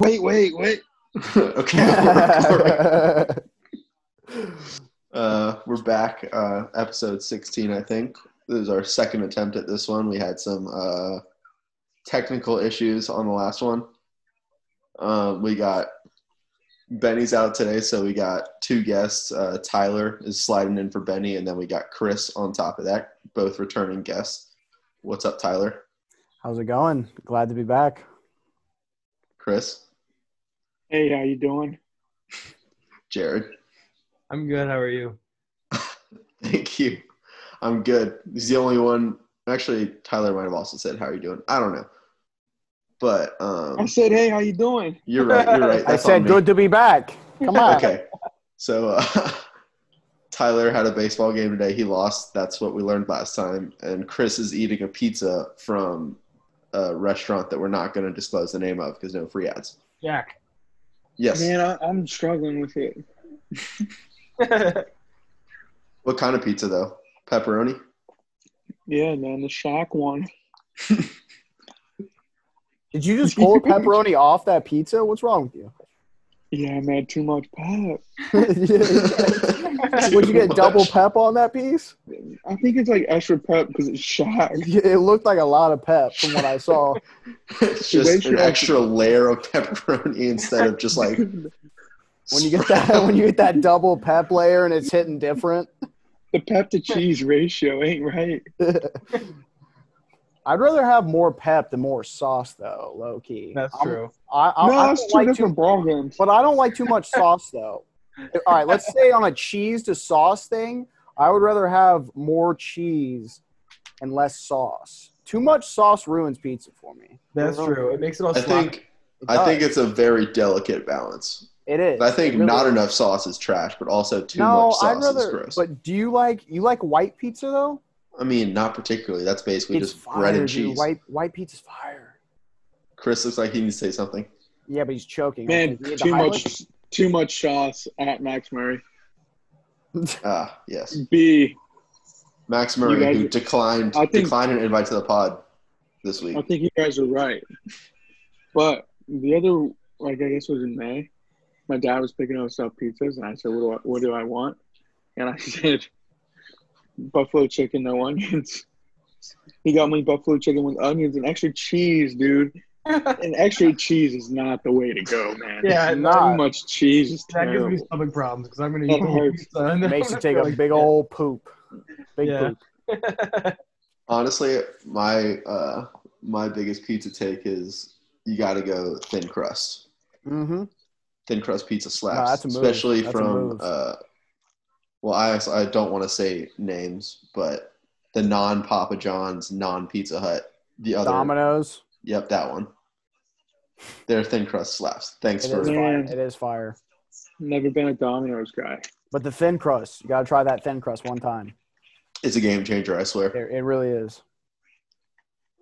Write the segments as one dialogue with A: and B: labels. A: Wait, wait, wait. okay, we're, recording. uh, we're back. Uh, episode 16, I think. This is our second attempt at this one. We had some uh, technical issues on the last one. Um, we got Benny's out today, so we got two guests. Uh, Tyler is sliding in for Benny, and then we got Chris on top of that, both returning guests. What's up, Tyler?
B: How's it going? Glad to be back.
A: Chris?
C: Hey, how you doing?
A: Jared?
D: I'm good. How are you?
A: Thank you. I'm good. He's the only one. Actually, Tyler might have also said, "How are you doing?" I don't know, but
C: I
A: um,
C: said, hey, how you doing?
A: you're right. You're right.
B: I
A: That's on
B: said
A: me.
B: good to be back. Come on.
A: Okay. So uh, Tyler had a baseball game today. He lost. That's what we learned last time. And Chris is eating a pizza from a restaurant that we're not going to disclose the name of because no free ads.
D: Jack.
A: Yes.
C: Man, I, I'm struggling with it.
A: What kind of pizza though? Pepperoni.
C: Yeah, man, the shock one.
B: Did you just pull pepperoni off that pizza? What's wrong with you?
C: Yeah, I had too much pep.
B: Would you get
A: Too
B: double
A: much.
B: pep on that piece?
C: I think it's like extra pep because it's shock.
B: It looked like a lot of pep from what I saw.
A: It's just
C: Ratio
A: an
C: of-
A: extra layer of pepperoni instead of just like
C: the
B: When you get that, when you get that double pep layer and it's hitting different,
C: pep to cheese ratio ain't right.
B: I'd rather have more pep than more sauce, though. Low key,
D: That's
B: I'm-
D: true.
B: I, I, I
C: no,
B: don't
C: it's two
B: like too
C: different ball games.
B: But I don't like too much sauce though. All right, let's say on a cheese to sauce thing, I would rather have more cheese and less sauce. Too much sauce ruins pizza for me.
D: That's true. It makes it all
A: I
D: sloppy.
A: think I think it's a very delicate balance.
B: it is.
A: I think
B: It really
A: not
B: is.
A: enough sauce is trash, but also too
B: no,
A: much sauce
B: I'd rather,
A: is gross.
B: But do you like you like white pizza though?
A: I mean, not particularly. That's basically
B: it's
A: just bread and
B: dude.
A: cheese.
B: White white pizza's fire.
A: Chris looks like he needs to say something.
B: Yeah, but he's choking.
C: Man,
B: Okay, you need to
C: too
B: highlight-
C: much, too much sauce at Max Murray.
A: Ah, yes.
C: B.
A: Max
C: You
A: Murray,
C: guys-
A: who declined
C: I think-
A: declined an invite to the pod this week.
C: I think you guys are right. But the other, like I guess, it was in May. My dad was picking us up pizzas, and I said, "What do I, what do I want?" And I said, "Buffalo chicken, no onions." He got me buffalo chicken with onions and extra cheese, dude. And extra cheese is not the way to go, man.
D: Yeah,
C: too
B: not.
C: much cheese is
D: that gives
C: terrible.
D: me stomach problems because I'm gonna
C: That
D: eat the whole
C: hurts.
D: pizza. And
B: makes you take a big old poop. Big
D: Yeah.
B: poop.
A: Honestly, my uh, my biggest pizza take is you got to go thin crust.
B: Mm-hmm.
A: Thin crust pizza slaps,
B: that's a move.
A: especially
B: That's a
A: from.
B: move.
A: Uh, well, I I don't want to say names, but the non Papa John's, non Pizza Hut, the other
B: Dominoes.
A: Yep, that one. They're thin crust slaps. Thanks
B: It
A: for
B: is fire.
C: Man.
B: It is fire.
C: Never been a Domino's guy.
B: But the thin crust, you gotta try that thin crust one time.
A: it's a game changer, I swear.
B: It, it really is.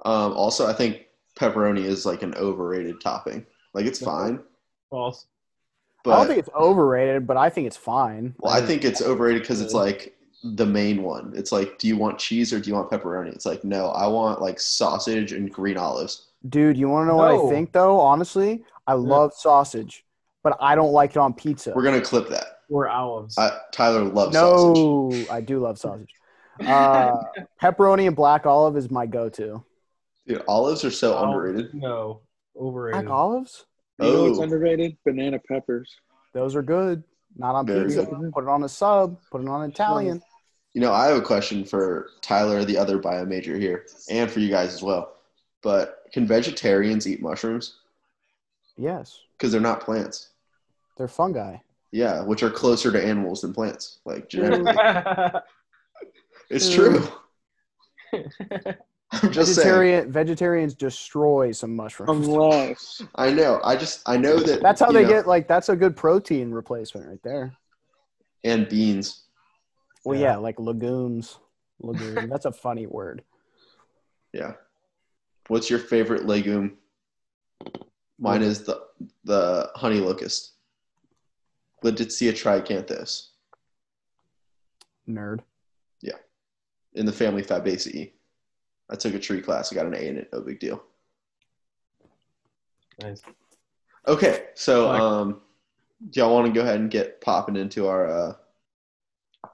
A: Um, also, I think pepperoni is like an overrated topping. Like it's fine,
D: False.
A: but
B: I don't think it's overrated, but I think it's fine.
A: well, I think it's overrated because it's
B: Good.
A: like the main one. It's like, do you want cheese or do you want pepperoni? It's like, no, I want like sausage and green olives.
B: dude, you wanna know what
D: No.
B: I think though? Honestly, I love sausage, but I don't like it on pizza.
A: We're gonna clip that.
D: Or olives.
A: I, Tyler loves sausage.
B: no, I do love sausage. Uh, pepperoni and black olive is my go-to.
A: Dude, olives are so
D: Olives,
A: underrated.
D: No. Overrated.
B: Black olives,
C: You know what's
A: Oh.
C: underrated? Banana peppers.
B: those are good. Not on
A: Very
B: pizza.
C: good.
B: Put it on a sub. Put it on Italian.
A: You know, I have a question for Tyler, the other bio major here, and for you guys as well. But can vegetarians eat mushrooms?
B: Yes,
A: because they're not plants.
B: they're fungi.
A: Yeah, which are closer to animals than plants, like genetically. it's
B: True.
A: true. I'm just saying.
B: Vegetarian vegetarians destroy some mushrooms.
C: Unless
A: I know. I just I know that.
B: That's how
A: you
B: they
A: know,
B: get like that's a good protein replacement right there.
A: And beans.
B: Well, yeah,
D: Yeah.
B: like legumes. Legume. That's a funny word.
A: What's your favorite legume? Mine is the the honey locust. Laditzia tricanthus
B: Nerd.
A: in the family Fabaceae. I took a tree class. I got an A in it. No big deal.
D: nice.
A: Okay, so
D: Like-
A: um, do y'all want to go ahead and get popping into our uh,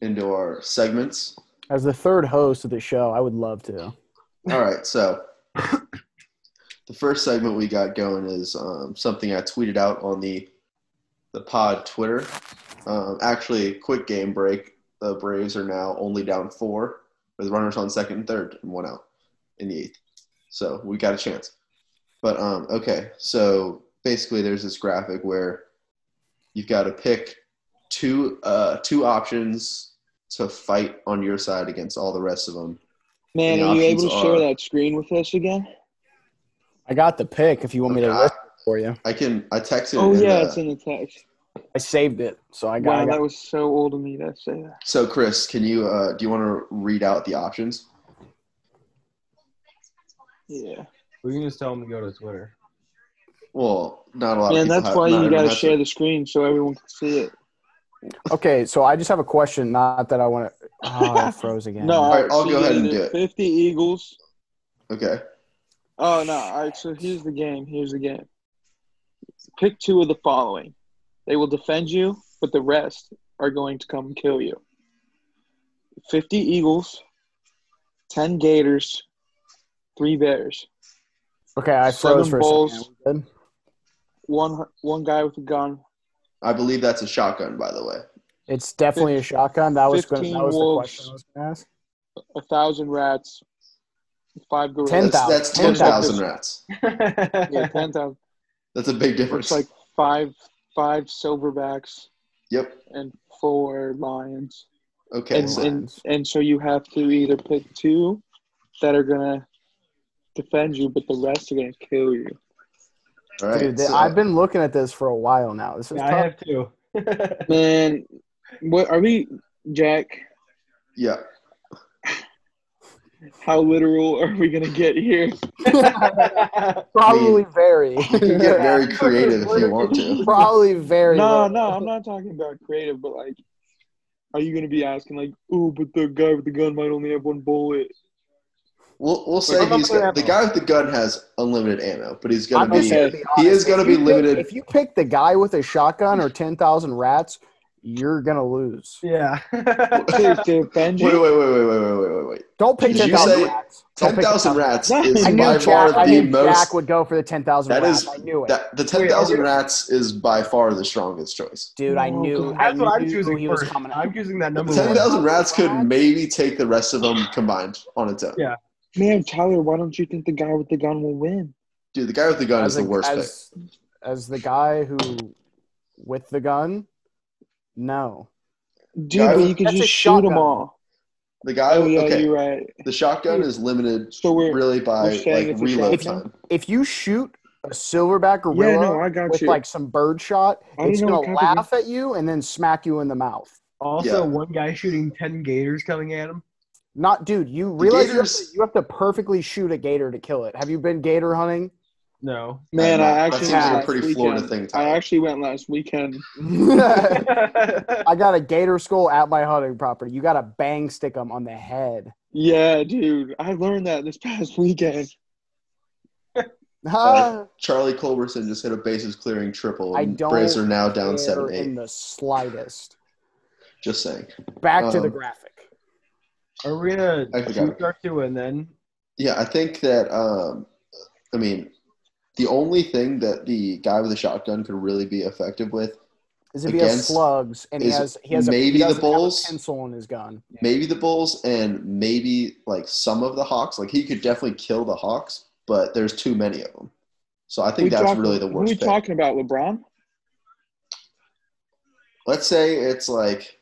A: into our segments?
B: As the third host of the show, I would love to.
A: All right, so the first segment we got going is um, something I tweeted out on the the pod Twitter. Um, actually, quick game break. The Braves are now only down four with runners on second and third and one out in the eighth. So we got a chance. But um, okay, so basically, there's this graphic where you've got to pick two uh, two options to fight on your side against all the rest of them.
C: Man,
A: The
C: are you able to
A: options
C: share
A: are-
C: that screen with us again?
B: I got the pick if you want me to
A: Okay, I-
B: list it for you.
A: I can. I texted.
C: Oh
A: in
C: yeah,
A: the-
C: it's in the text.
B: I saved it, so I got,
C: Wow,
B: I got
C: that was so old of me to say that.
A: So, Chris, can you uh, do you want to read out the options?
C: Yeah,
D: We can just tell him to go to Twitter.
A: Well, not a lot. of
C: man,
A: people
C: that's
A: have-
C: why
A: not
C: you
A: everyone
C: gotta
A: has
C: share
A: it.
C: the screen so everyone can see it.
B: Okay, so I just have a question. Not that I want to. Oh, it froze again.
C: No, all
A: right, I'll
C: so
A: go
C: you
A: ahead and
C: either
A: do it.
C: Fifty Eagles.
A: Okay.
C: Oh no! All right, so here's the game. Here's the game. Pick two of the following. They will defend you, but the rest are going to come kill you. Fifty Eagles, ten Gators, three Bears,
B: Okay, I
C: Seven
B: froze for a
C: balls.
B: second. Good.
C: one one guy with a gun,
A: I believe that's a shotgun, by the way.
B: It's definitely a shotgun. That was gonna,
C: 15
B: that was the
C: wolves.
B: question I was going to ask.
C: a thousand rats, five gorillas.
B: Ten
A: That's, that's
B: thousand.
A: ten
B: Ten
A: thousand rats.
C: Yeah, ten thousand.
A: That's a big difference.
C: It's like five five silverbacks
A: yep.
C: and four lions.
A: Okay.
C: and,
A: so-
C: and and so you have to either pick two that are gonna defend you, but the rest are gonna kill you.
A: all right.
B: Dude, th-
A: so-
B: I've been looking at this for a while now. This is
D: Yeah, I
B: tough.
D: have two.
C: Man, what are we, Jack?
A: yeah.
C: How literal are we gonna get here?
B: Probably very.
A: You can get very creative if you want to.
B: Probably very.
C: No,
B: low.
C: no, I'm not talking about creative, but like, are you gonna be asking like, oh, but the guy with the gun might only have one bullet?
A: We'll, we'll
C: Wait,
A: say
C: I'm not
A: he's
B: gonna
A: got-
B: have
A: the
B: to-
A: guy with the gun has unlimited ammo, but he's
B: I'm
A: gonna
B: just
A: be.
C: okay.
B: gonna be
A: He
B: honest.
A: is gonna
B: If
A: be
B: you pick-
A: limited-
B: if you pick the guy with a shotgun or ten thousand rats, you're gonna lose.
D: yeah.
C: Dude, defend
A: Wait, wait,
C: you?
A: wait, wait, wait, wait, wait, wait, wait.
B: Don't pick
A: Did
B: ten
A: you
B: thousand
A: say
B: rats. Don't
A: Ten
B: pick
A: thousand
B: 10,000
A: rats
C: I
A: is
B: I knew
A: by
B: Jack,
A: far
B: I
A: the
B: knew Jack
A: most.
B: would go for the ten thousand
A: That
B: rats.
A: is-
B: I knew it,
A: That, the ten
D: Wait, I'll
A: thousand
D: do it.
A: rats is by far the strongest choice.
B: dude. I
C: Oh,
B: knew.
C: God.
B: I
D: That's
B: knew
D: what I'm choosing
B: he was
D: first.
B: coming.
D: I'm choosing that number
A: Ten
D: one.
A: thousand rats could maybe take the rest of them combined on its own.
D: Yeah.
C: Man, Tyler, why don't you think the guy with the gun will win?
A: Dude, the guy with the gun is
B: as,
A: the
B: a-
A: worst pick.
B: as, as the guy who with the gun. No,
C: Dude,
A: Guy
C: but
A: with-
C: you could
B: That's
C: just
B: a
C: shoot them
B: shotgun.
C: all.
A: The guy,
C: Oh yeah,
A: okay,
C: you're right.
A: the shotgun is limited
C: So we're
A: really by
C: we're saying
A: like
C: it's a
A: reload
B: shotgun?
A: time.
B: if you shoot a silverback gorilla
C: Yeah, no, I got
B: with
C: you.
B: like some bird shot,
C: I don't
B: it's
C: know
B: gonna
C: what kind of-
B: laugh at you and then smack you in the mouth.
D: Also,
A: Yeah.
D: one guy shooting ten gators coming at him.
B: Not, dude. You realize you have, to,
A: gators-
B: you have to perfectly shoot a gator to kill it. Have you been gator hunting?
D: No.
C: Man,
A: I
C: I
A: know.
C: actually
A: That seems
C: went
A: like a
C: last
A: pretty
C: weekend.
A: Florida thing, Tyler.
C: I actually went last weekend.
B: I
D: That's
B: got a gator skull at my hunting property. You got to bang stick them on the head.
C: Yeah, dude, I learned that this past weekend.
B: Huh?
A: Charlie Culberson just hit a bases clearing triple.
B: I
A: And
B: don't
A: Braves are now down
B: Care
A: seven
B: in
A: eight.
B: the slightest.
A: Just saying.
B: Back to the
A: Um,
B: graphic.
D: Are we gonna
A: I forgot
D: choose
A: it.
D: our two and then?
A: Yeah, I think that um, I mean, the only thing that the guy with the shotgun could really be effective with,
B: Is if he has
A: against
B: slugs and he
A: is
B: has he has a, he
A: maybe the
B: doesn't have a
A: Bulls.
B: pencil in his gun.
A: maybe the Bulls and maybe like some of the Hawks. Like he could definitely kill the Hawks, but there's too many of them. So I think
C: We
A: that's
C: talk-
A: really the
C: Who are
A: worst
C: we
A: pick.
C: talking about? LeBron,
A: Let's say it's like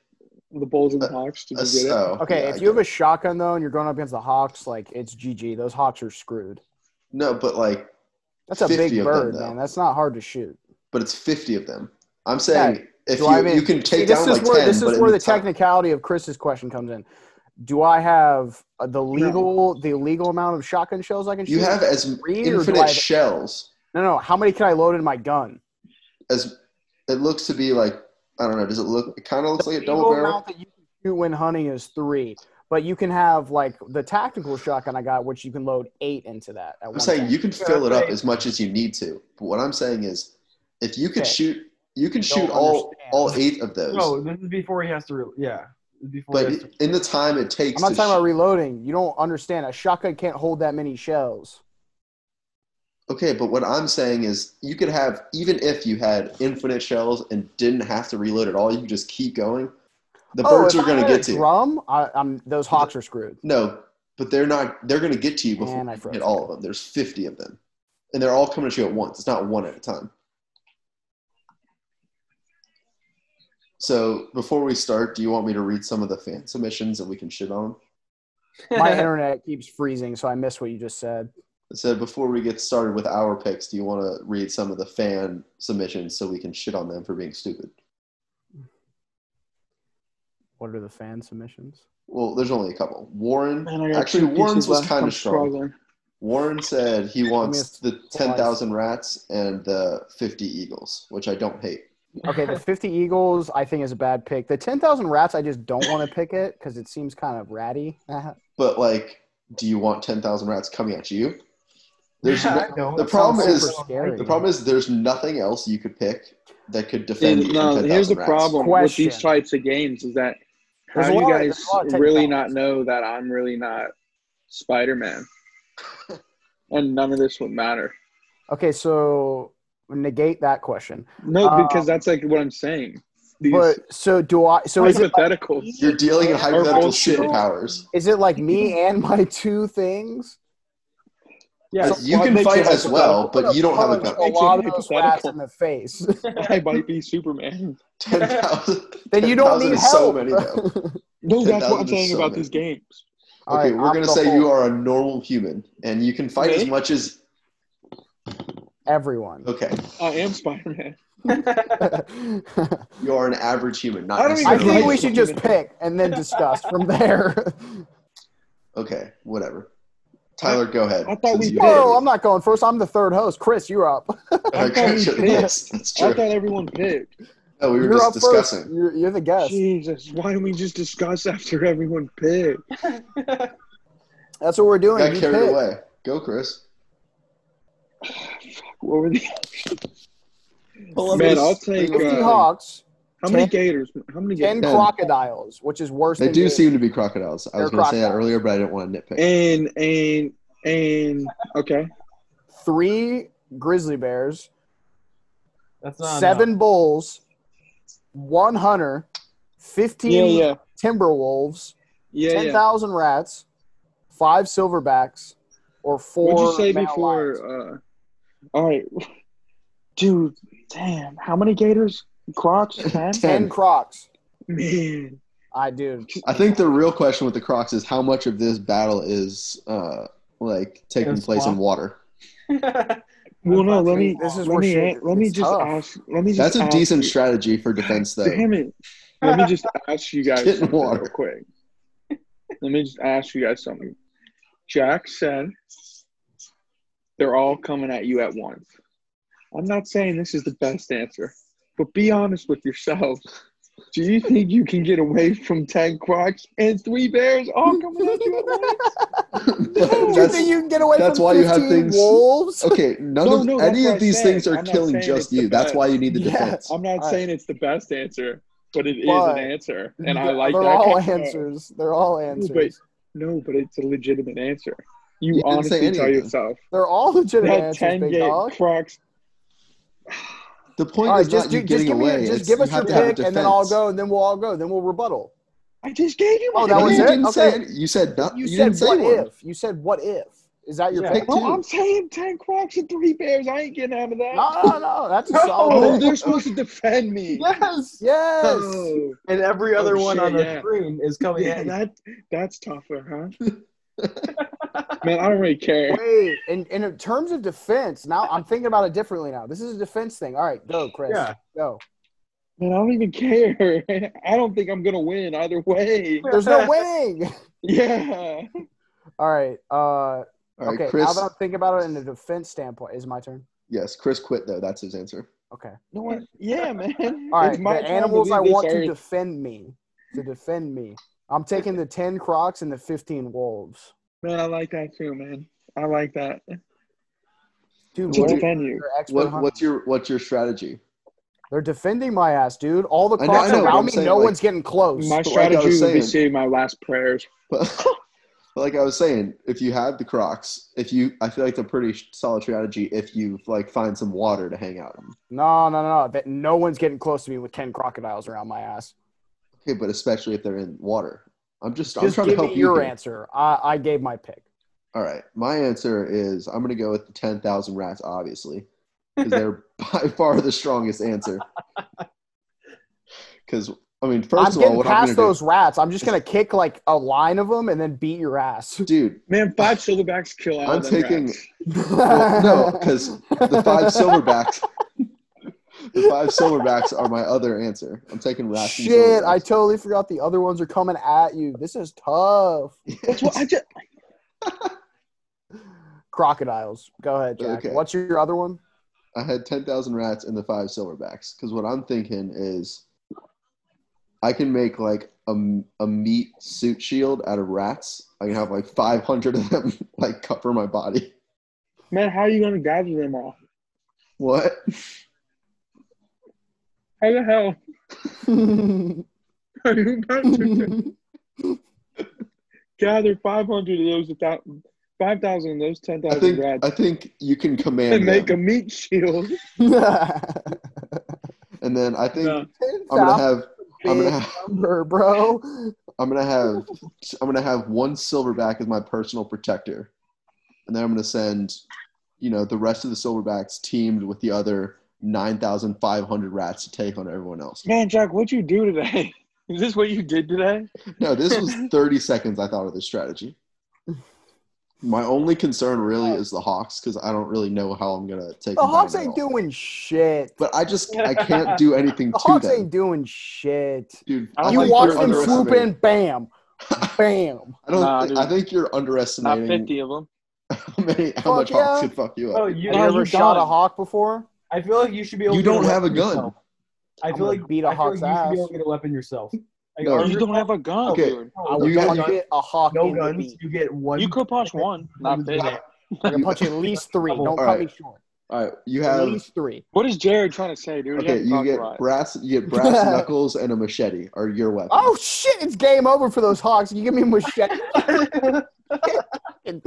C: the Bulls
A: Uh,
C: and the Hawks. Did
A: a,
C: you get it?
A: oh,
B: Okay,
A: yeah, I
B: if you have
A: get
B: a
A: it.
B: shotgun though, and you're going up against the Hawks, like it's GG. Those Hawks are screwed.
A: no, but like,
B: That's a
A: 50
B: big
A: of them,
B: bird,
A: though.
B: man. That's not hard to shoot.
A: but it's fifty of them. I'm saying if
B: do
A: you,
B: I mean-
A: you can take
B: See, this
A: down
B: is
A: like
B: where
A: ten,
B: this
A: but
B: is
A: in
B: where the
A: top-
B: technicality of Chris's question comes in. Do I have uh, the legal the legal amount of shotgun shells I can shoot?
A: you have as
B: Three, or do I
A: infinite
B: have-
A: shells
B: no, no. How many can I load in my gun?
A: as it looks to be like I don't know. Does it look? It kind of looks like a
B: The
A: double
B: legal
A: barrel.
B: amount that you can shoot when hunting is three, But you can have like the tactical shotgun I got, which you can load eight into that. At
A: I'm saying you can
D: Yeah,
A: fill it up
D: right.
A: as much as you need to. But what I'm saying is, if you could
B: Okay.
A: shoot, you can
B: Don't
A: shoot all
B: understand.
A: all eight of those.
D: No, Oh, this is before he has to. Re- yeah, this is before.
A: but
D: he has to-
A: in the time it takes,
B: I'm not
A: to
B: talking about
A: shoot-
B: reloading. You don't understand. A shotgun can't hold that many shells.
A: okay. But what I'm saying is, you could have even if you had infinite shells and didn't have to reload at all, you could just keep going. The birds
B: Oh, if
A: are
B: I
A: going to
B: had a
A: get to you.
B: Drum? I, I'm those hawks are screwed.
A: No, but they're not. They're going to get to you before
B: And I
A: you
B: froze.
A: hit all of them. There's 50 of them, and they're all coming at you at once. It's not one at a time. So before we start, do you want me to read some of the fan submissions and we can shit on them?
B: My internet keeps freezing, so I missed what you just said.
A: I said before we get started with our picks, do you want to read some of the fan submissions so we can shit on them for being stupid?
B: What are the fan submissions?
A: Well, there's only a couple. Warren
C: Man, I got
A: Actually,
C: two pieces
A: Warren's was
C: left.
A: kinda
C: I'm
A: strong.
C: struggling.
A: Warren said he wants
B: Give
A: the 10,000 rats and the 50 eagles, which I don't hate.
B: Okay, the 50 Eagles I think is a bad pick. The 10,000 Rats I just don't want to pick it because it seems kind of ratty.
A: But like, do you want ten thousand rats coming at you? There's
D: Yeah,
A: no-
D: I know.
A: the
D: That
A: problem
D: sounds
A: is-
D: super scary.
A: the problem is there's nothing else you could pick that could defend
C: And,
A: you.
C: no,
A: from 10,000
C: here's the
A: rats.
C: problem with
B: Question.
C: these types of games is that how
B: There's a
C: do you
B: lot of-
C: guys
B: there's a lot of
C: really not
B: technicalities.
C: know that I'm really not Spider Man? and none of this would matter.
B: Okay, so negate that question.
C: No,
B: Um,
C: because that's like what I'm saying. These
B: But so do I. So is it,
C: hypotheticals.
A: You're dealing in hypothetical
C: bullshit.
A: superpowers.
B: is it like me and my two things?
D: Yeah,
A: Like,
D: so
A: you
D: what
A: can
D: makes
A: fight
D: it
A: as well, but you don't have a
B: Punch
A: gun.
B: a
C: Makes it
B: lot of those rats
C: hypothetical.
B: in the face.
C: I might be Superman.
A: Ten thousand.
B: then you don't
A: 10,000
B: need
A: is so
B: help.
A: many, though.
C: No, that's what
A: 10,000
C: I'm
A: is
C: saying
A: so
C: about
A: many.
C: these games.
B: All
A: okay,
B: right,
A: we're
B: I'm
A: gonna
B: the
A: say
B: Hulk.
A: you are a normal human and you can fight as
C: Me?
A: much as.
B: everyone.
A: Okay,
C: I am Spider Man.
A: you are an average human, not
C: I don't even
B: I
A: necessarily.
B: think we
A: human.
B: should just pick and then discuss from there.
A: Okay, whatever. Tyler, go ahead.
C: I thought we
A: Since you-
B: Whoa, I'm not going first. I'm the third host. Chris, you're up.
A: I
C: I thought we
A: should've
C: picked.
A: missed. That's
C: I
A: true.
C: thought everyone picked.
A: No, we were
B: You're
A: just
B: up
A: discussing.
B: first. You're, you're the guest.
C: Jesus, why don't we just discuss after everyone picked?
B: That's what we're doing.
A: Got
B: You
A: carried
B: pick.
A: away. Go, Chris.
C: What were the
A: Pull up
C: Man,
A: his-
C: I'll take,
A: his-
B: Fifty
C: uh,
B: hawks,
C: How many
B: Ten.
C: gators? How many
B: ten
C: gators?
A: Ten.
B: crocodiles, which is worse.
A: They
B: than
A: do
B: you.
A: seem to be crocodiles. I was
B: They're
A: going to say that
B: crocodiles.
A: earlier, but I didn't want to nitpick.
C: And and and okay.
B: three grizzly bears,
D: That's not
B: seven bulls, one hunter,
C: Yeah,
B: fifteen
C: yeah,
B: timber wolves,
C: yeah,
B: ten
C: yeah.
B: thousand rats, five silverbacks, or four.
C: What'd you say
B: male lions.
C: before? Uh, all right, dude. Damn, how many gators? Crocs? Ten.
B: Ten crocs.
C: Man,
B: I do.
A: I think the real question with the crocs is how much of this battle is uh, like taking
D: In a
A: place in
D: swamp?
A: water.
C: well, no. Let me.
B: This is
C: let
B: where
C: me.
B: shit
C: a- Let me
B: gets
C: just
B: tough.
C: ask. Let me. Just
B: Um,
A: That's a
C: ask
A: decent
C: you-
A: strategy for defense, though.
C: Damn it. Let me just ask you guys
A: Get in
C: something
A: water.
C: real quick. Let me just ask you guys something. Jack said they're all coming at you at once. I'm not saying this is the best answer, but be honest with yourselves. Do you think you can get away from 10 crocs and three bears all coming at you at once?
B: Do
A: But
B: you
A: that's,
B: think you can get away
A: that's
B: from
A: why you have
B: 15
A: things-
B: wolves?
A: okay, none
C: No,
A: of
C: no, that's
A: any
C: what
A: of
C: I'm
A: these
C: saying.
A: things are
C: I'm not
A: killing
C: saying it's
A: just
C: the
A: you. That's
C: best.
A: why you need the
B: Yeah.
A: defense.
C: I'm not
B: All right.
C: saying it's the best answer, but it is
B: But-
C: an answer. And I like
B: They're
C: that.
B: all
C: kind of-
B: answers. They're all answers.
C: Wait. No, but it's a legitimate answer.
A: You
C: You,
A: didn't say
C: honestly tell
A: anything.
C: yourself.
B: They're all legitimate
C: That
B: answers,
C: 10
B: big
C: gate
B: dog.
C: Crocs.
A: The point
B: All right,
A: is
B: just,
A: not
B: do,
A: you
B: just
A: getting
B: give
A: away.
B: me,
A: it's
B: just give
A: you
B: us
A: have
B: your
A: to have
B: pick, and then I'll
A: defense.
B: go, and then we'll all go, and then we'll rebuttal.
C: I just gave you
B: Oh,
C: one.
B: that
A: No,
B: was
A: you
B: it?
A: didn't say
B: Okay.
A: any- you said not,
B: You,
A: you
B: said
A: didn't say
B: what
A: one.
B: if? You said what if? Is that your
D: Yeah.
A: Pick
B: pick?
A: two.
C: No, I'm saying 10 Crocs and three bears. I ain't getting out of that.
B: No, no, no. That's a
D: No.
C: Oh,
B: solid. pick.
C: they're supposed to defend me.
D: Yes.
B: Yes.
C: Oh,
D: And every other
C: Oh,
D: one
C: shit,
D: on the
C: yeah.
D: screen is coming
C: yeah,
D: in.
C: that, that's tougher, huh? Man, I don't really care.
B: Wait. And, and in terms of defense, now I'm thinking about it differently. Now this is a defense thing. All right, go, Chris.
D: Yeah.
B: Go.
C: Man, I don't even care. I don't think I'm going to win either way.
B: There's no winning.
C: Yeah.
B: All right. Uh,
A: All right,
B: okay. Now
A: Chris.
B: that I'm thinking about it in a defense standpoint, is it my turn.
A: Yes, Chris quit though. That's his answer.
B: Okay.
C: No, I, yeah, man.
B: All right.
C: It's my
B: the
C: time
B: animals
C: leave
B: I
C: this
B: want to
C: earth.
B: defend me. To defend me. I'm taking the 10 Crocs and the 15 Wolves.
C: Man, I like that too, man. I like that.
B: Dude,
A: What
C: What
A: do-
B: Wolves
C: venue?
B: are expert
A: What,
B: hunters.
A: what's your what's your strategy?
B: They're defending my ass, dude. All the
A: I know-
B: Crocs
A: I know, but
B: around
A: I'm
B: me,
A: saying,
B: no
A: like-
B: one's getting close.
C: My
A: But like I
C: strategy
A: was
C: would be
A: saying-
C: saying my last prayers.
A: But like I was saying, if you have the Crocs, if you, I feel like they're pretty solid strategy. If you like find some water to hang out in.
B: No, no, no, no. That no one's getting close to me with 10 crocodiles around my ass.
A: Okay, but especially if they're in water. I'm just, I'm
B: Just
A: trying to
B: give
A: help
B: me
A: you.
B: your
A: here.
B: answer. I, I gave my pick.
A: All right, my answer is I'm gonna go with the ten thousand rats, obviously, because they're by far the strongest answer. Because I mean, 1st
B: I'm
A: of all,
B: getting
A: what I'm
B: past
A: gonna
B: those rats. I'm just gonna kick like a line of them and then beat your ass.
A: do, dude.
C: Man, five silverbacks kill all
A: I'm
C: them
A: taking-
C: rats.
A: Well, no, because the five silverbacks, the five silverbacks are my other answer. I'm taking rats. and
B: Shit, I
A: silverbacks.
B: totally forgot the other ones are coming at you. This is tough.
C: That's what I just,
B: Crocodiles. Go ahead, Jack.
A: Okay.
B: What's your other one?
A: I had 10,000 rats and the five silverbacks. Because what I'm thinking is I can make like a, a meat suit shield out of rats. I can have like 500 of them like cover my body.
C: man, how are you going to gather them all?
A: What?
C: How the hell are you about to gather 500 of those, without- 5,000 of those
A: I
C: 10,000
A: think
C: rats
A: I think you can
C: and
A: command
C: make a
A: them.
C: meat shield?
A: And then I think
C: No.
A: I'm gonna have I'm gonna
B: Big
A: have
B: number, bro.
A: I'm gonna have I'm gonna have one silverback as my personal protector, and then I'm gonna send, you know, the rest of the silverbacks teamed with the other nine thousand five hundred rats to take on everyone else.
C: Man, Jack, what'd you do today? Is this what you did today?
A: No, this was thirty seconds. I thought of this strategy. My only concern really is the Hawks because I don't really know how I'm gonna take
B: The
A: them
B: Hawks
A: down at
B: ain't
A: all.
B: doing shit.
A: But I just I can't do anything
B: The
A: to
B: Hawks ain't
A: them,
B: doing shit.
A: dude.
C: I don't
B: You
C: like
B: watch
A: you're
B: them swoop
A: underestimating-
B: in, bam, bam.
A: I don't.
C: Nah,
A: think-
C: dude.
A: I think you're
C: Not
A: underestimating
C: 50 of them.
A: how, many, how
B: Fuck
A: much
B: yeah.
A: Hawks can fuck you up.
D: Oh, you,
B: Have you
D: no,
B: ever
D: you're
B: shot a
D: done.
B: hawk before?
D: I feel like you should be able.
A: You
D: to get
A: don't have a
D: weapon
A: gun.
D: yourself. I
B: I'm
D: feel
B: gonna
D: like
B: beat a
D: I feel
B: hawk's
D: like you
B: ass.
D: should be able to get a weapon yourself. Like,
A: No,
D: are
C: You don't have a gun,
A: oh. Okay.
C: dude.
B: I
D: No,
B: will
A: You guys-
B: punch a hawk
D: no
B: in the
D: guns.
B: beak.
D: You get one.
C: You could punch one, not 50.
B: I'm gonna punch at least three. Don't cut
A: Alright.
B: me short.
A: All right, you
B: At
A: have
B: least three.
C: What is Jared trying to say, dude? He
A: okay.
C: hasn't
A: You
C: talked
A: get
C: about it.
A: brass. You get brass knuckles and a machete are your weapons.
B: Oh shit! It's game over for those hawks. You give me a machete.
C: Man,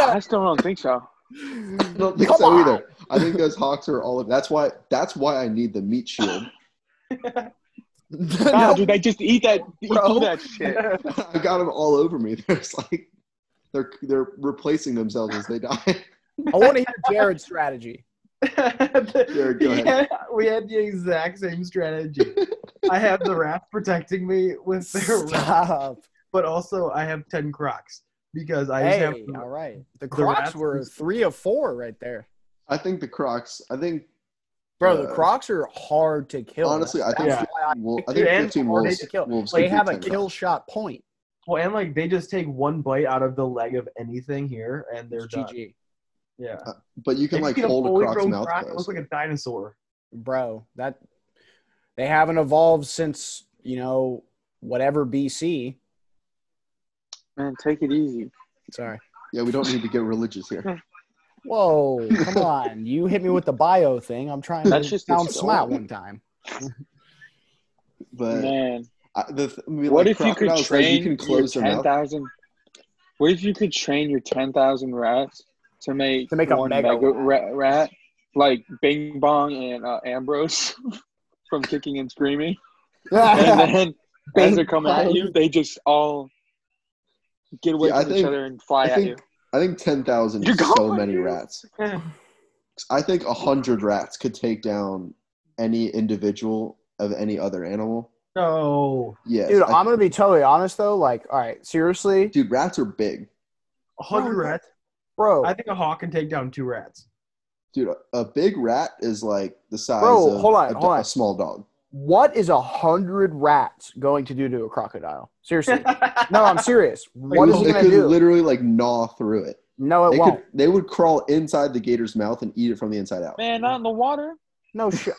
C: I still don't think so.
A: I don't think
B: Come
A: so
B: on.
A: either. I think those hawks are all of. That's why. That's why I need the meat shield.
C: Nah,
B: No,
C: dude, they just eat that, eat
A: Bro.
C: through that shit.
A: I got them all over me. There's like, they're they're replacing themselves as they die.
B: I want to hear Jared's strategy.
A: Jared, go ahead.
D: Yeah, we had the exact same strategy. I have the rats protecting me with their rats,
B: Stop.
D: but also I have ten crocs because I just
B: Hey,
D: have.
B: all right. The
D: rats-
B: Crocs were three of four right there,
A: I think the Crocs. I think
B: bro.
A: Uh,
B: the Crocs are hard to kill.
A: honestly, I
B: That's
A: think
D: Yeah.
B: why I-
A: well, I
D: Dude,
A: think
D: and
A: 15
B: hard
A: wolves.
B: to kill.
A: wolves
B: they
A: could do
B: have a
A: 10
B: kill shot point.
D: Well, and like they just take one bite out of the leg of anything here, and they're
B: It's
D: done.
B: GG,
D: Yeah,
A: But you can
D: If
A: like
D: you get
A: hold a
D: fully
A: Croc's
D: grown
A: mouth
D: croc, It
A: closed.
D: looks like a dinosaur.
B: bro. That they haven't evolved since you know whatever BC.
C: Man, take it easy.
B: Sorry.
A: Yeah, we don't need to get religious here.
B: Whoa, come on! You hit me with the bio thing. I'm trying
C: That's
B: to
C: just the
B: sound
C: story.
B: smart one time.
A: But
C: Man,
A: I, the th- I mean,
C: what
A: like
C: if you could
A: crocodiles, like,
C: train
A: you can
C: your
A: close their mouth.
C: 10,000? What if you could train your 10,000 rats to make,
B: To make a
C: one
B: mega
C: rat, rat, like Bing Bong and uh, Ambrose from Kicking and Screaming? and then as they're coming at you, they just all get away
A: Yeah, I
C: from each
A: think-
C: other and fly
A: I
C: at
A: think
C: you.
A: I think ten thousand
C: You're
A: is so
C: going,
A: many
C: dude.
A: rats. I think hundred rats could take down any individual of any other animal.
D: No,
A: Yes,
B: Dude,
A: I-
B: I'm gonna be totally honest though. Like, all right, seriously,
A: dude, rats are big.
D: a hundred
A: Oh,
B: No, no.
D: rats.
B: bro.
D: I think a hawk can take down two rats.
A: Dude, a, a big rat is like the size
B: Bro,
A: of
B: hold on,
A: a, do-
B: hold on.
A: a small dog.
B: what is a hundred rats going to do to a crocodile? Seriously. No, I'm serious. What is
A: could-
B: it
A: they
B: going to
A: could
B: do?
A: literally like gnaw through it.
B: no, it
A: they
B: won't.
A: could. They would crawl inside the gator's mouth and eat it from the inside out.
C: Man, not in the water.
B: No shit.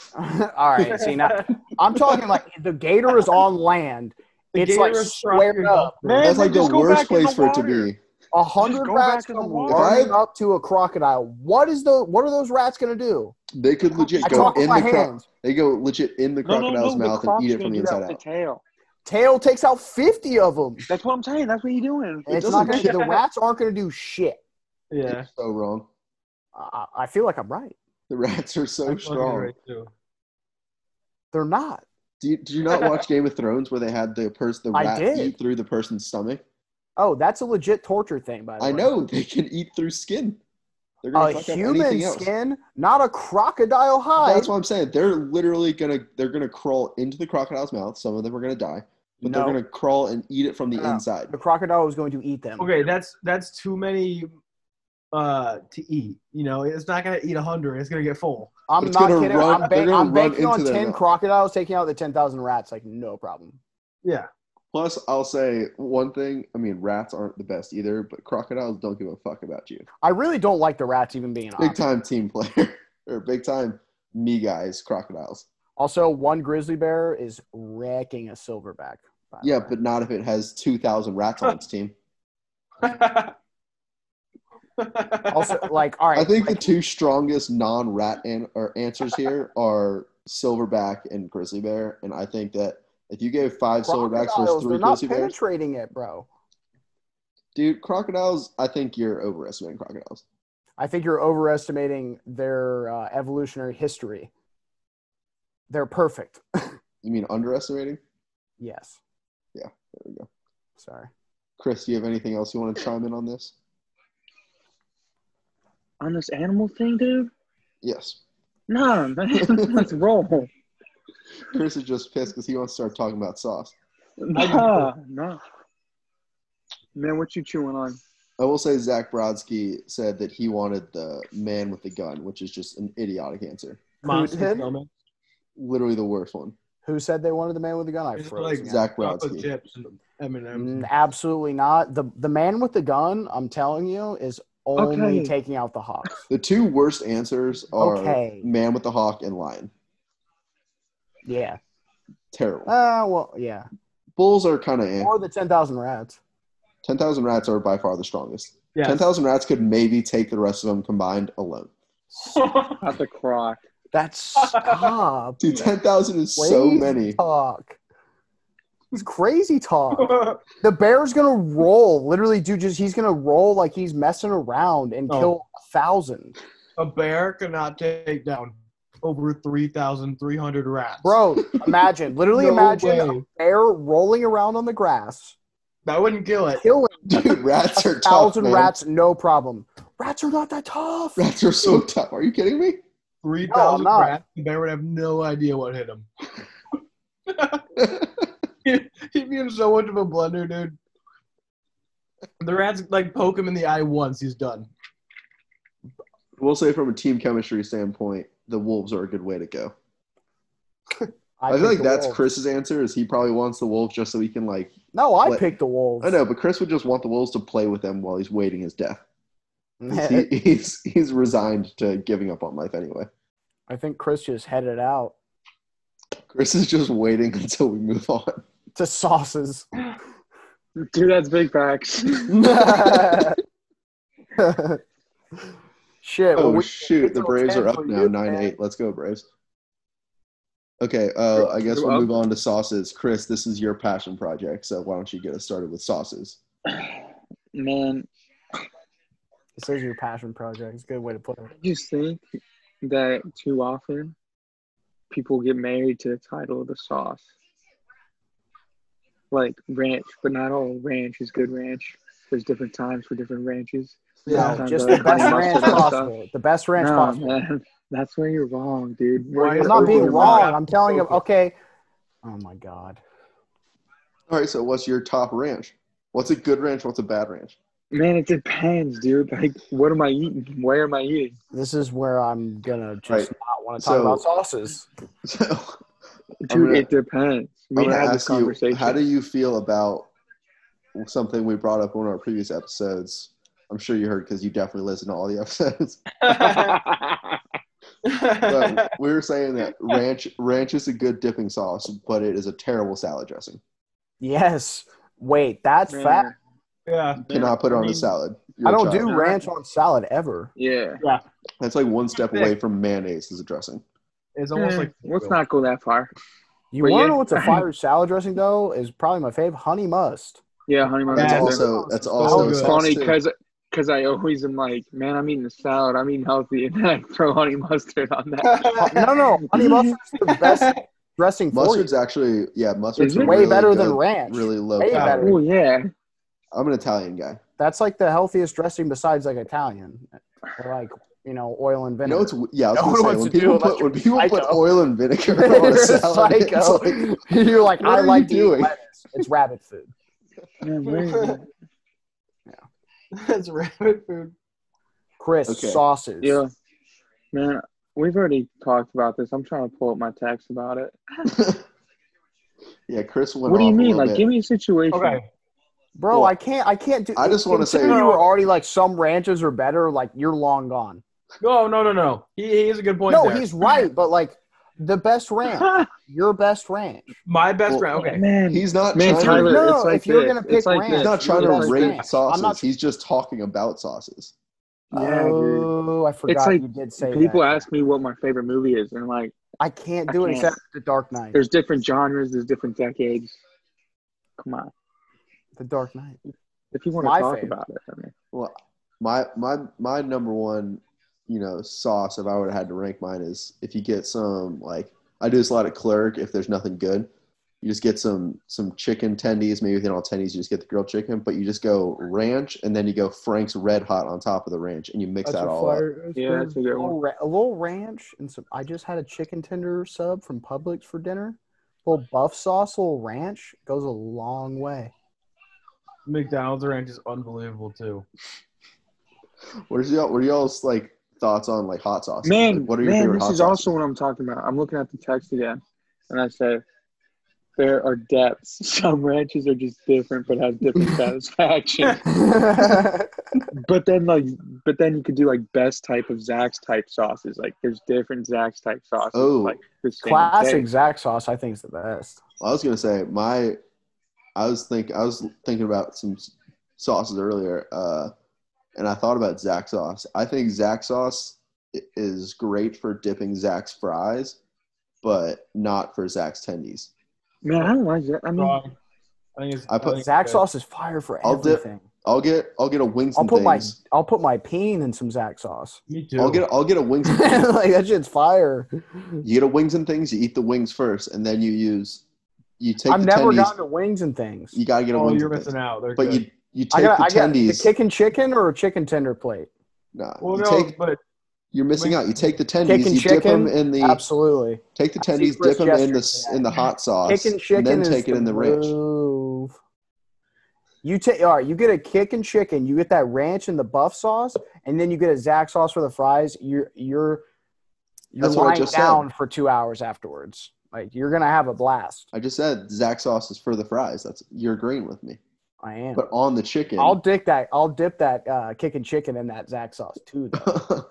B: All right. See now, I'm talking like the gator is on land
D: The
B: It's
D: gay
B: like
D: restaurant
B: squared
D: you're-
B: up.
C: Man,
A: That's like
C: just
A: the
C: go
A: worst
C: back in
A: place
C: the
A: for it to
C: water.
A: be.
B: A hundred
C: go
B: rats
C: back in the
B: come
C: water.
B: running up to a crocodile. What is the? What are those rats gonna do?
A: They could legit
B: I
A: go
B: talk with
A: in
B: my
A: the cro-
B: hands.
A: they go legit in the crocodile's mouth and
C: croc's
A: eat it
C: gonna
A: from the
C: do that
A: inside
C: with
A: out.
C: The tail.
B: Tail takes out fifty of them.
C: That's what I'm saying. That's what you're doing.
B: And
A: It
B: it's not gonna,
A: doesn't
B: the rats aren't gonna do shit.
D: Yeah.
A: So wrong.
B: I, I feel like I'm right.
A: The rats are so
D: I'm fucking
A: strong.
D: right, too.
B: They're not.
A: Do you, did you not watch Game of Thrones where they had the person the
B: I
A: rat
B: did.
A: eat through the person's stomach?
B: Oh, that's a legit torture thing, by the
A: I
B: way.
A: know they can eat through skin. They're gonna
B: A
A: fuck up
B: human
A: anything else.
B: skin, not a crocodile hide.
A: That's what I'm saying. They're literally gonna they're gonna crawl into the crocodile's mouth. Some of them are gonna die, but
B: No.
A: they're gonna crawl and eat it from the
B: No.
A: inside.
B: the crocodile was going to eat them.
D: Okay, that's that's too many uh to eat. You know, it's not gonna eat a hundred. It's gonna get full.
B: I'm
A: It's
B: not
A: gonna
B: kidding.
A: run- they're
B: I'm, ba-
A: gonna
B: I'm
A: run
B: banking on
A: into their
B: ten
A: mouth.
B: crocodiles taking out the ten thousand rats. Like no problem.
D: Yeah.
A: Plus, I'll say one thing. I mean, rats aren't the best either, but crocodiles don't give a fuck about you.
B: I really don't like the rats even being on.
A: Big time team player or big time me guys, crocodiles.
B: Also, one grizzly bear is wrecking a silverback. by the
A: Yeah,
B: way.
A: but not if it has two thousand rats on its team.
B: also like all right.
A: I think the
B: like,
A: two strongest non-rat an- or answers here are silverback and grizzly bear, and I think that if you gave five silverbacks versus
B: crocodiles,
A: three
B: they're not
A: grizzly bears,
B: penetrating it, bro.
A: dude, crocodiles. I think you're overestimating crocodiles.
B: I think you're overestimating their uh, evolutionary history. They're perfect.
A: You mean underestimating?
B: Yes.
A: Yeah, there we go.
B: Sorry.
A: Chris, do you have anything else you want to chime in on this?
C: On this animal thing, dude?
A: Yes.
C: Nah, man. Let's roll.
A: Chris is just pissed because he wants to start talking about sauce.
C: Nah, nah. Man, what you chewing on?
A: I will say Zach Brodsky said that he wanted the man with the gun, which is just an idiotic answer.
D: Monster
B: did?
D: stomach.
A: Literally the worst one.
B: Who said they wanted the man with the gun? I
D: It's
B: froze.
D: like-
B: again.
A: Zach
D: Chocolate
A: Brodsky.
D: chips and M&Ms.
B: Mm, absolutely not. The the man with the gun, I'm telling you, is only
C: Okay.
B: taking out the hawks.
A: The two worst answers are
B: Okay.
A: man with the hawk and lion.
B: Yeah.
A: Terrible.
B: Uh, well, yeah.
A: Bulls are kind of eh.
B: Or the ten thousand rats.
A: 10,000 rats are by far the strongest.
D: Yes.
A: 10,000 rats could maybe take the rest of them combined alone.
C: Not the croc.
B: That's stop.
A: Dude, 10,000 is so
B: Crazy
A: many.
B: Talk. It's crazy talk.
A: Mm.
B: The bear's gonna roll. Literally, dude, just he's gonna roll like he's messing around and
D: Oh.
B: kill a thousand.
D: a bear cannot take down over 3,300 rats.
B: Bro, imagine. Literally,
D: No
B: imagine
D: way.
B: a bear rolling around on the grass,
D: That wouldn't kill it.
B: killing
A: Dude, rats are
B: a
A: tough.
B: thousand
A: Man. Rats.
B: rats, no problem. Rats are not that tough.
A: rats are so tough. Are you kidding me?
D: 3,000
B: not.
D: rats, the bear would have no idea what hit him. He'd be in so much of a blender, dude. The rats like poke him in the eye once, he's done.
A: We'll say from a team chemistry standpoint, the wolves are a good way to go. I, feel
B: picked
A: like
B: the
A: that's
B: wolves.
A: Chris's answer. Is he probably wants the wolves just so he can like?
B: No, I
A: What?
B: picked the wolves.
A: I know, but Chris would just want the wolves to play with him while he's waiting his death. 'Cause He, he's he's resigned to giving up on life anyway.
B: I think Chris just headed out
A: Chris is just waiting until we move on.
B: to sauces.
C: Dude, that's big facts.
B: Shit. well,
A: oh
B: we-
A: shoot,
B: it's
A: the
B: all
A: Braves are
B: 10
A: up
B: for
A: now,
B: you,
A: nine
B: man.
A: eight. Let's go Braves. Okay, uh, I guess
C: You're
A: we'll
C: up.
A: move on to sauces. Chris, this is your passion project, so why don't you get us started with sauces?
C: Man,
B: This is your passion project. It's a good way to put it.
C: I just think that too often people get married to the title of the sauce. Like ranch, but not all ranch is good ranch. There's different times for different ranches.
B: No,
C: Sometimes
B: just
C: I like
B: the best
C: honey
B: ranch
C: mustard and stuff.
B: possible. The best ranch
C: Nah,
B: possible.
C: man, that's where you're wrong, dude. Where
D: Why
C: you're
D: is
B: I'm not being
C: overwhelmed.
B: wrong. I'm telling him, okay. Oh my god.
A: All right, so what's your top ranch? What's a good ranch? What's a bad ranch?
C: Man, it depends, dude. Like, what am I eating? Where am I eating?
B: This is where I'm gonna just
A: Right.
B: not want to talk
A: So-
B: about sauces.
A: So I'm
C: Dude,
A: gonna-
C: it depends. We
A: I'm gonna
C: had this
A: ask you,
C: conversation.
A: how do you feel about something we brought up in one of our previous episodes? I'm sure you heard because you definitely listened to all the episodes. but we were saying that ranch ranch is a good dipping sauce, but it is a terrible salad dressing.
B: Yes. Wait, that's
C: Yeah.
B: fact.
D: Yeah.
A: Cannot put it on
C: I mean,
A: a salad. You're
B: I
A: a
B: don't
A: child.
B: do ranch on salad ever.
C: Yeah.
A: That's like one step away from mayonnaise as a dressing.
D: It's almost
C: Eh,
D: like
C: let's not go that far.
B: You
C: But
B: want to
C: yeah.
B: know what's a fire salad dressing though? Is probably my fave. Honey must.
C: Yeah, honey mustard.
A: That's
D: Yeah.
A: also that's
D: So
A: also a
D: good.
A: sauce,
C: funny
A: too.
C: because because I always am like, man, I'm eating a salad. I'm eating healthy, and then I throw honey mustard on that.
B: No, no, honey mustard's the best dressing for you.
A: mustard's actually yeah mustard's
C: Is it?
A: a
B: way
A: really
B: better
A: good-
B: than ranch.
A: really low
B: Way
A: calorie.
B: better.
C: oh yeah,
A: I'm an Italian guy.
B: That's like the healthiest dressing besides like Italian, Or, like you know oil and
A: You
B: vinegar.
A: know it's yeah. I was
B: No
A: gonna
B: one
A: say,
B: wants
A: when
B: to do
A: people
B: it unless
A: put when people
B: you're
A: put
B: psycho.
A: oil and vinegar
B: You're
A: on a
B: a
A: salad, it's
B: psycho.
A: like,
B: You're like
A: What
B: I
A: are you
B: like to eat
A: doing?
B: lettuce. It's rabbit food.
C: Yeah, right.
D: that's rabbit food.
B: Chris
A: Okay.
B: sauces.
C: yeah, man. We've already talked about this. I'm trying to pull up my text about it.
A: yeah, Chris went.
C: What do you
A: off a
C: mean?
A: little
C: Like,
A: bit.
C: give me a situation.
D: Okay.
B: Bro,
A: Well,
B: I can't. I can't do.
A: I just wanna say-
B: considering you were already like some ranches are better. Like you're long gone.
D: No, no, no, no. He, he is a good point.
B: no,
D: there.
B: he's right, but like the best ranch, your best ranch.
D: my best
A: Well,
D: friend. Okay.
C: man.
A: he's not
C: man,
A: trying
C: Tyler.
A: to,
B: No,
C: it's like
B: if you're
C: this.
B: gonna pick
C: it's like
B: ranch,
A: he's
C: this.
A: not trying
B: It's
A: to
B: like
A: rate
B: that.
A: sauces.
B: I'm not-
A: he's just talking about sauces.
C: Yeah, dude.
B: oh, I forgot
C: like
B: you did say
C: People
B: that.
C: ask me what my favorite movie is, and like,
B: I can't
C: I
B: do it
C: can't.
B: except the Dark Knight.
C: there's different genres, there's different decades. Come on,
B: The Dark Knight.
C: if you want
B: My
C: to talk
B: fave.
C: about it, I mean,
A: Well, my my my number one, you know, sauce. If I would have had to rank mine, is if you get some like I do this a lot at Clerk. If there's nothing good, you just get some some chicken tendies. Maybe within all tendies, you just get the grilled chicken, but you just go ranch and then you go Frank's Red Hot on top of the ranch, and you mix that all up.
C: yeah, that's a good
B: A
C: one.
B: little, ra- a little ranch and some. I just had a chicken tender sub from Publix for dinner. little buff sauce, little ranch goes a long way.
D: McDonald's ranch is unbelievable too.
A: What is y'all? What are y'all's like thoughts on like hot sauce?
C: Man,
A: what are your
C: man,
A: favorite
C: this
A: hot
C: is
A: sauces?
C: also what I'm talking about. I'm looking at the text again, and I say there are depths. Some ranches are just different, but have different satisfaction. But then, like, but then you could do like best type of Zach's type sauces. Like, there's different Zach's type sauces.
A: Oh.
C: like the same
B: Classic
C: thing.
B: Zack sauce, I think, is the best.
A: I was gonna say my, I was think I was thinking about some s- sauces earlier, uh, and I thought about Zack sauce. I think Zack sauce i- is great for dipping Zack's fries, but not for Zack's tendies.
C: Man, I don't like that. I mean,
D: Wrong. I think it's.
A: I put-
D: think it's
B: Zack
D: good.
B: sauce is fire for
A: I'll dip-
B: everything.
A: I'll get I'll get a wings
B: I'll
A: and
B: put my
A: things.
B: I'll put my peen in some Zack sauce.
D: Me too.
A: I'll get I'll get a wings. and-
B: like that shit's fire.
A: you get a wings and things. You eat the wings first, and then you use you take
B: I've
A: the
B: never
A: tendies.
B: gotten to wings and things.
A: you gotta get a
D: oh,
A: wings.
D: you're
A: and things.
D: missing out. They're
A: But
D: good.
A: you you
B: I
A: take
B: got, I
A: the
B: got the
A: tendies.
B: chicken chicken or a chicken tender plate.
A: nah,
D: well,
A: you
D: no,
A: take
D: but
A: you're missing
D: wings-
A: out. You take the
B: Kick
A: tendies.
B: and
A: You dip
B: chicken,
A: them in the
B: Absolutely.
A: Take the
B: I see
A: tendies,
B: Chris
A: dip them in the
B: gestures
A: s-
B: for that.
A: in the hot sauce,
B: Kick and chicken
A: and then
B: is
A: take it in the ranch.
B: move. You take all right. You get a kick and chicken. You get that ranch and the buff sauce, and then you get a Zack sauce for the fries. You're you're you're
A: That's what I
B: lying
A: just
B: down
A: said.
B: for two hours afterwards. Like you're gonna have a blast.
A: I just said Zach sauce is for the fries. That's you're agreeing with me.
B: I am.
A: But on the chicken,
B: I'll dip that. I'll dip that uh, kick and chicken in that Zack sauce too. Though.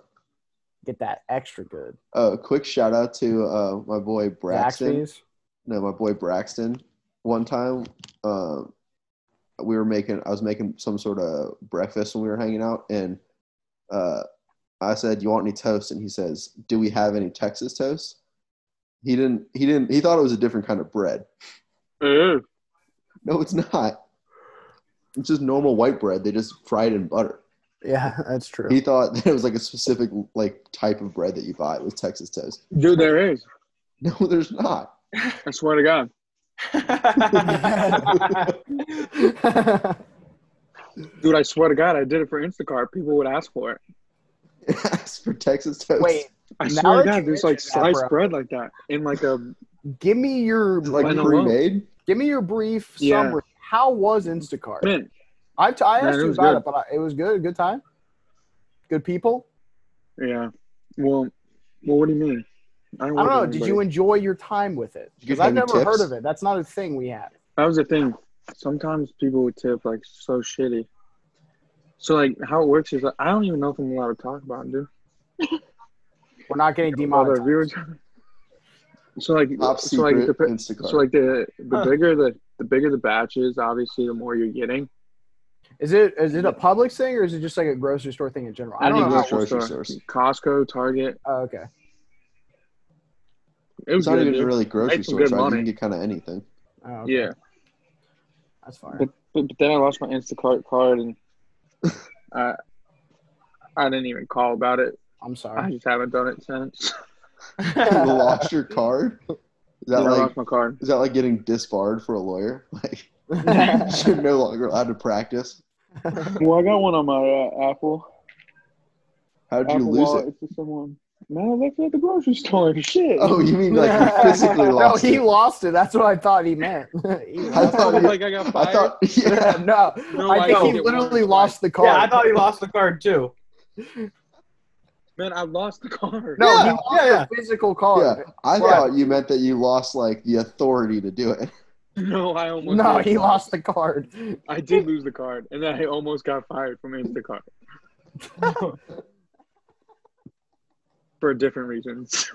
B: get that extra good.
A: a quick shout out to uh, my boy Braxton.
B: Zaxby's.
A: No, my boy Braxton. One time, uh, we were making. I was making some sort of breakfast when we were hanging out, and uh, I said, "You want any toast?" And he says, "Do we have any Texas toast?" He didn't. He didn't. He thought it was a different kind of bread.
C: Ugh.
A: No, it's not. It's just normal white bread. They just fry it in butter.
B: Yeah, that's true.
A: He thought that it was like a specific like type of bread that you buy. It was Texas toast.
C: dude, there is.
A: No, there's not.
C: I swear to God. Dude, I swear to God, I did it for Instacart. People would ask for it.
A: Ask for Texas toast.
B: Wait,
C: I
B: Now
C: swear to
B: that
C: God,
B: you
C: there's like
B: mention that,
C: sliced bread like that in like a.
B: give me your
A: It's like
C: I know.
A: pre-made.
B: give me your brief
C: Yeah.
B: summary. How was Instacart?
C: Man,
B: I, t- I
C: Man,
B: asked
C: it
B: you
C: was
B: about
C: good.
B: it, but I, it was good. Good time. Good people.
C: yeah. Well, well, what do you mean?
B: I
C: work
B: don't know.
C: with
B: Did
C: anybody.
B: you enjoy your time with it?
A: Did you
B: Because I've
A: get
B: never
A: any
B: heard
A: tips?
B: of it. That's not a thing we have.
C: That was the thing. Sometimes people would tip like so shitty. So like how it works is like, I don't even know if I'm allowed to talk about it, dude.
B: We're not getting
C: All the
B: demonetized.
C: viewers. So like
A: Top
C: so like
A: secret
C: the,
A: Instacart.
C: so like the the
D: Huh.
C: bigger the the bigger the batches, obviously, the more you're getting.
B: Is it is it a Publix thing or is it just like a grocery store thing in general? I don't
A: Any
B: know. How,
A: grocery-
C: uh,
A: grocery stores.
C: Costco, Target.
B: oh, okay.
C: It was
A: It's not
C: good,
A: even
C: dude.
A: really grocery
C: Made some
A: stores.
C: good
A: Right? You
C: money.
A: can get kind of anything.
B: Oh, okay.
C: Yeah,
B: That's fine.
C: but, but but then I lost my Instacart card and I I didn't even call about it.
B: I'm
C: I
B: sorry.
C: just haven't done it since.
A: you lost your card. Is
C: Yeah,
A: that
C: I
A: like
C: lost my card.
A: is that like getting disbarred for a lawyer? Like you're no longer allowed to practice.
C: Well, I got one on my uh, Apple.
A: How did you
C: Apple
A: lose
C: Wallet.
A: it?
C: It's just someone. No, I left it at the grocery store. Shit.
A: Oh, you mean like you physically
B: no,
A: lost
B: he
A: it?
B: lost it. That's what I thought he meant. He
A: I
B: lost-
A: thought you-
C: like I got
A: I
C: fired.
A: thought yeah.
B: no,
C: No,
B: I
C: I
B: think
D: did
B: he
C: it
B: literally
C: once,
B: lost the card.
D: Yeah, I thought he lost the card too.
C: Man, I lost the card.
B: no, he
D: Yeah,
B: lost
D: yeah, yeah.
B: the physical card.
A: Yeah, I
B: Right.
A: thought you meant that you lost like the authority to do it.
C: no, I almost.
B: No,
C: did.
B: he lost the card.
C: I did lose the card, and then I almost got fired from Instacart for different reasons.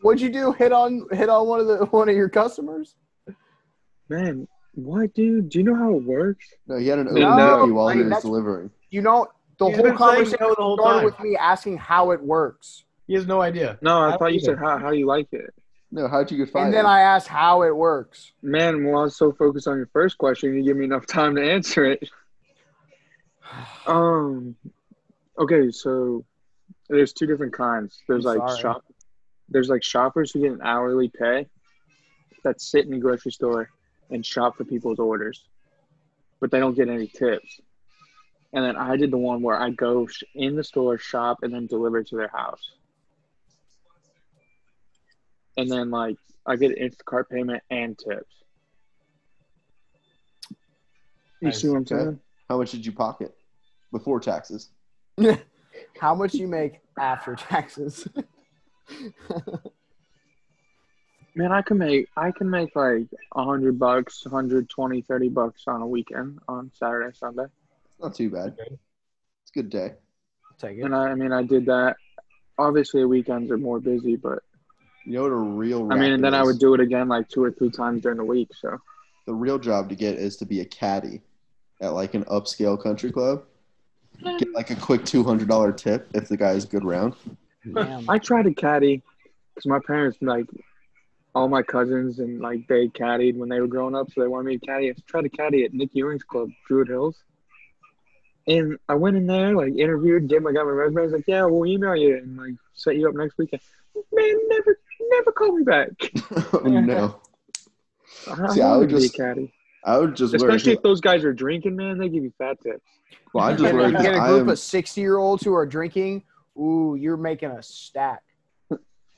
B: What'd you do? Hit on hit on one of the one of your customers?
C: Man, what, dude? Do you know how it works?
A: No, he had an open
C: No,
A: cookie while
B: like,
A: he was
B: that's-
A: delivering.
B: You know, the
D: He's
B: whole
D: been saying
B: conversation
D: no the whole
B: started
D: time.
B: with me asking how it works,
D: He has no idea.
C: No,
D: I
C: I,
D: don't
C: thought you
D: either.
C: said how how do you like it?
A: No, how'd you get fired?
B: and then I asked how it works.
C: Man, well, I was so focused on your first question, you give me enough time to answer it. Um, okay, so there's two different kinds. There's
B: I'm
C: like
B: sorry.
C: shop, there's like shoppers who get an hourly pay that sit in the grocery store and shop for people's orders, but they don't get any tips. And then I did the one where I go sh- in the store, shop, and then deliver it to their house. And then like I get an Instacart payment and tips. You see what I'm
A: Okay.
C: saying?
A: How much did you pocket before taxes?
B: How much you make after taxes?
C: Man, I can make I can make like a hundred bucks, 120, 30 bucks on a weekend on Saturday, Sunday.
A: Not too bad.
D: Okay.
A: It's a good day.
B: Take
C: And I, I mean I did that. Obviously weekends are more busy, but
A: You know what a real
C: I mean and then
A: racket
C: I
A: is?
C: would do it again like two or three times during the week. So
A: the real job to get is to be a caddy at like an upscale country club. Get like a quick two hundred dollar tip if the guy's a good round.
B: Damn.
C: I tried to caddy because my parents like all my cousins and like they caddied when they were growing up, so they wanted me to caddy. I tried to caddy at Nick Ewing's club, Druid Hills. And I went in there, like interviewed, did my got my resume. I was like, "Yeah, we'll email you and like set you up next weekend." Man, never, never call me back.
A: oh, no,
C: I,
A: See, I
C: wanted
A: would
C: to be a
A: just-
C: caddy,
A: I would just wear.
C: especially if those guys are drinking. Man, they give you fat tips.
A: Well, I
B: You
A: just
B: get,
A: wear.
B: you get a group
A: I am-
B: of 60 year olds who are drinking. Ooh, you're making a stack.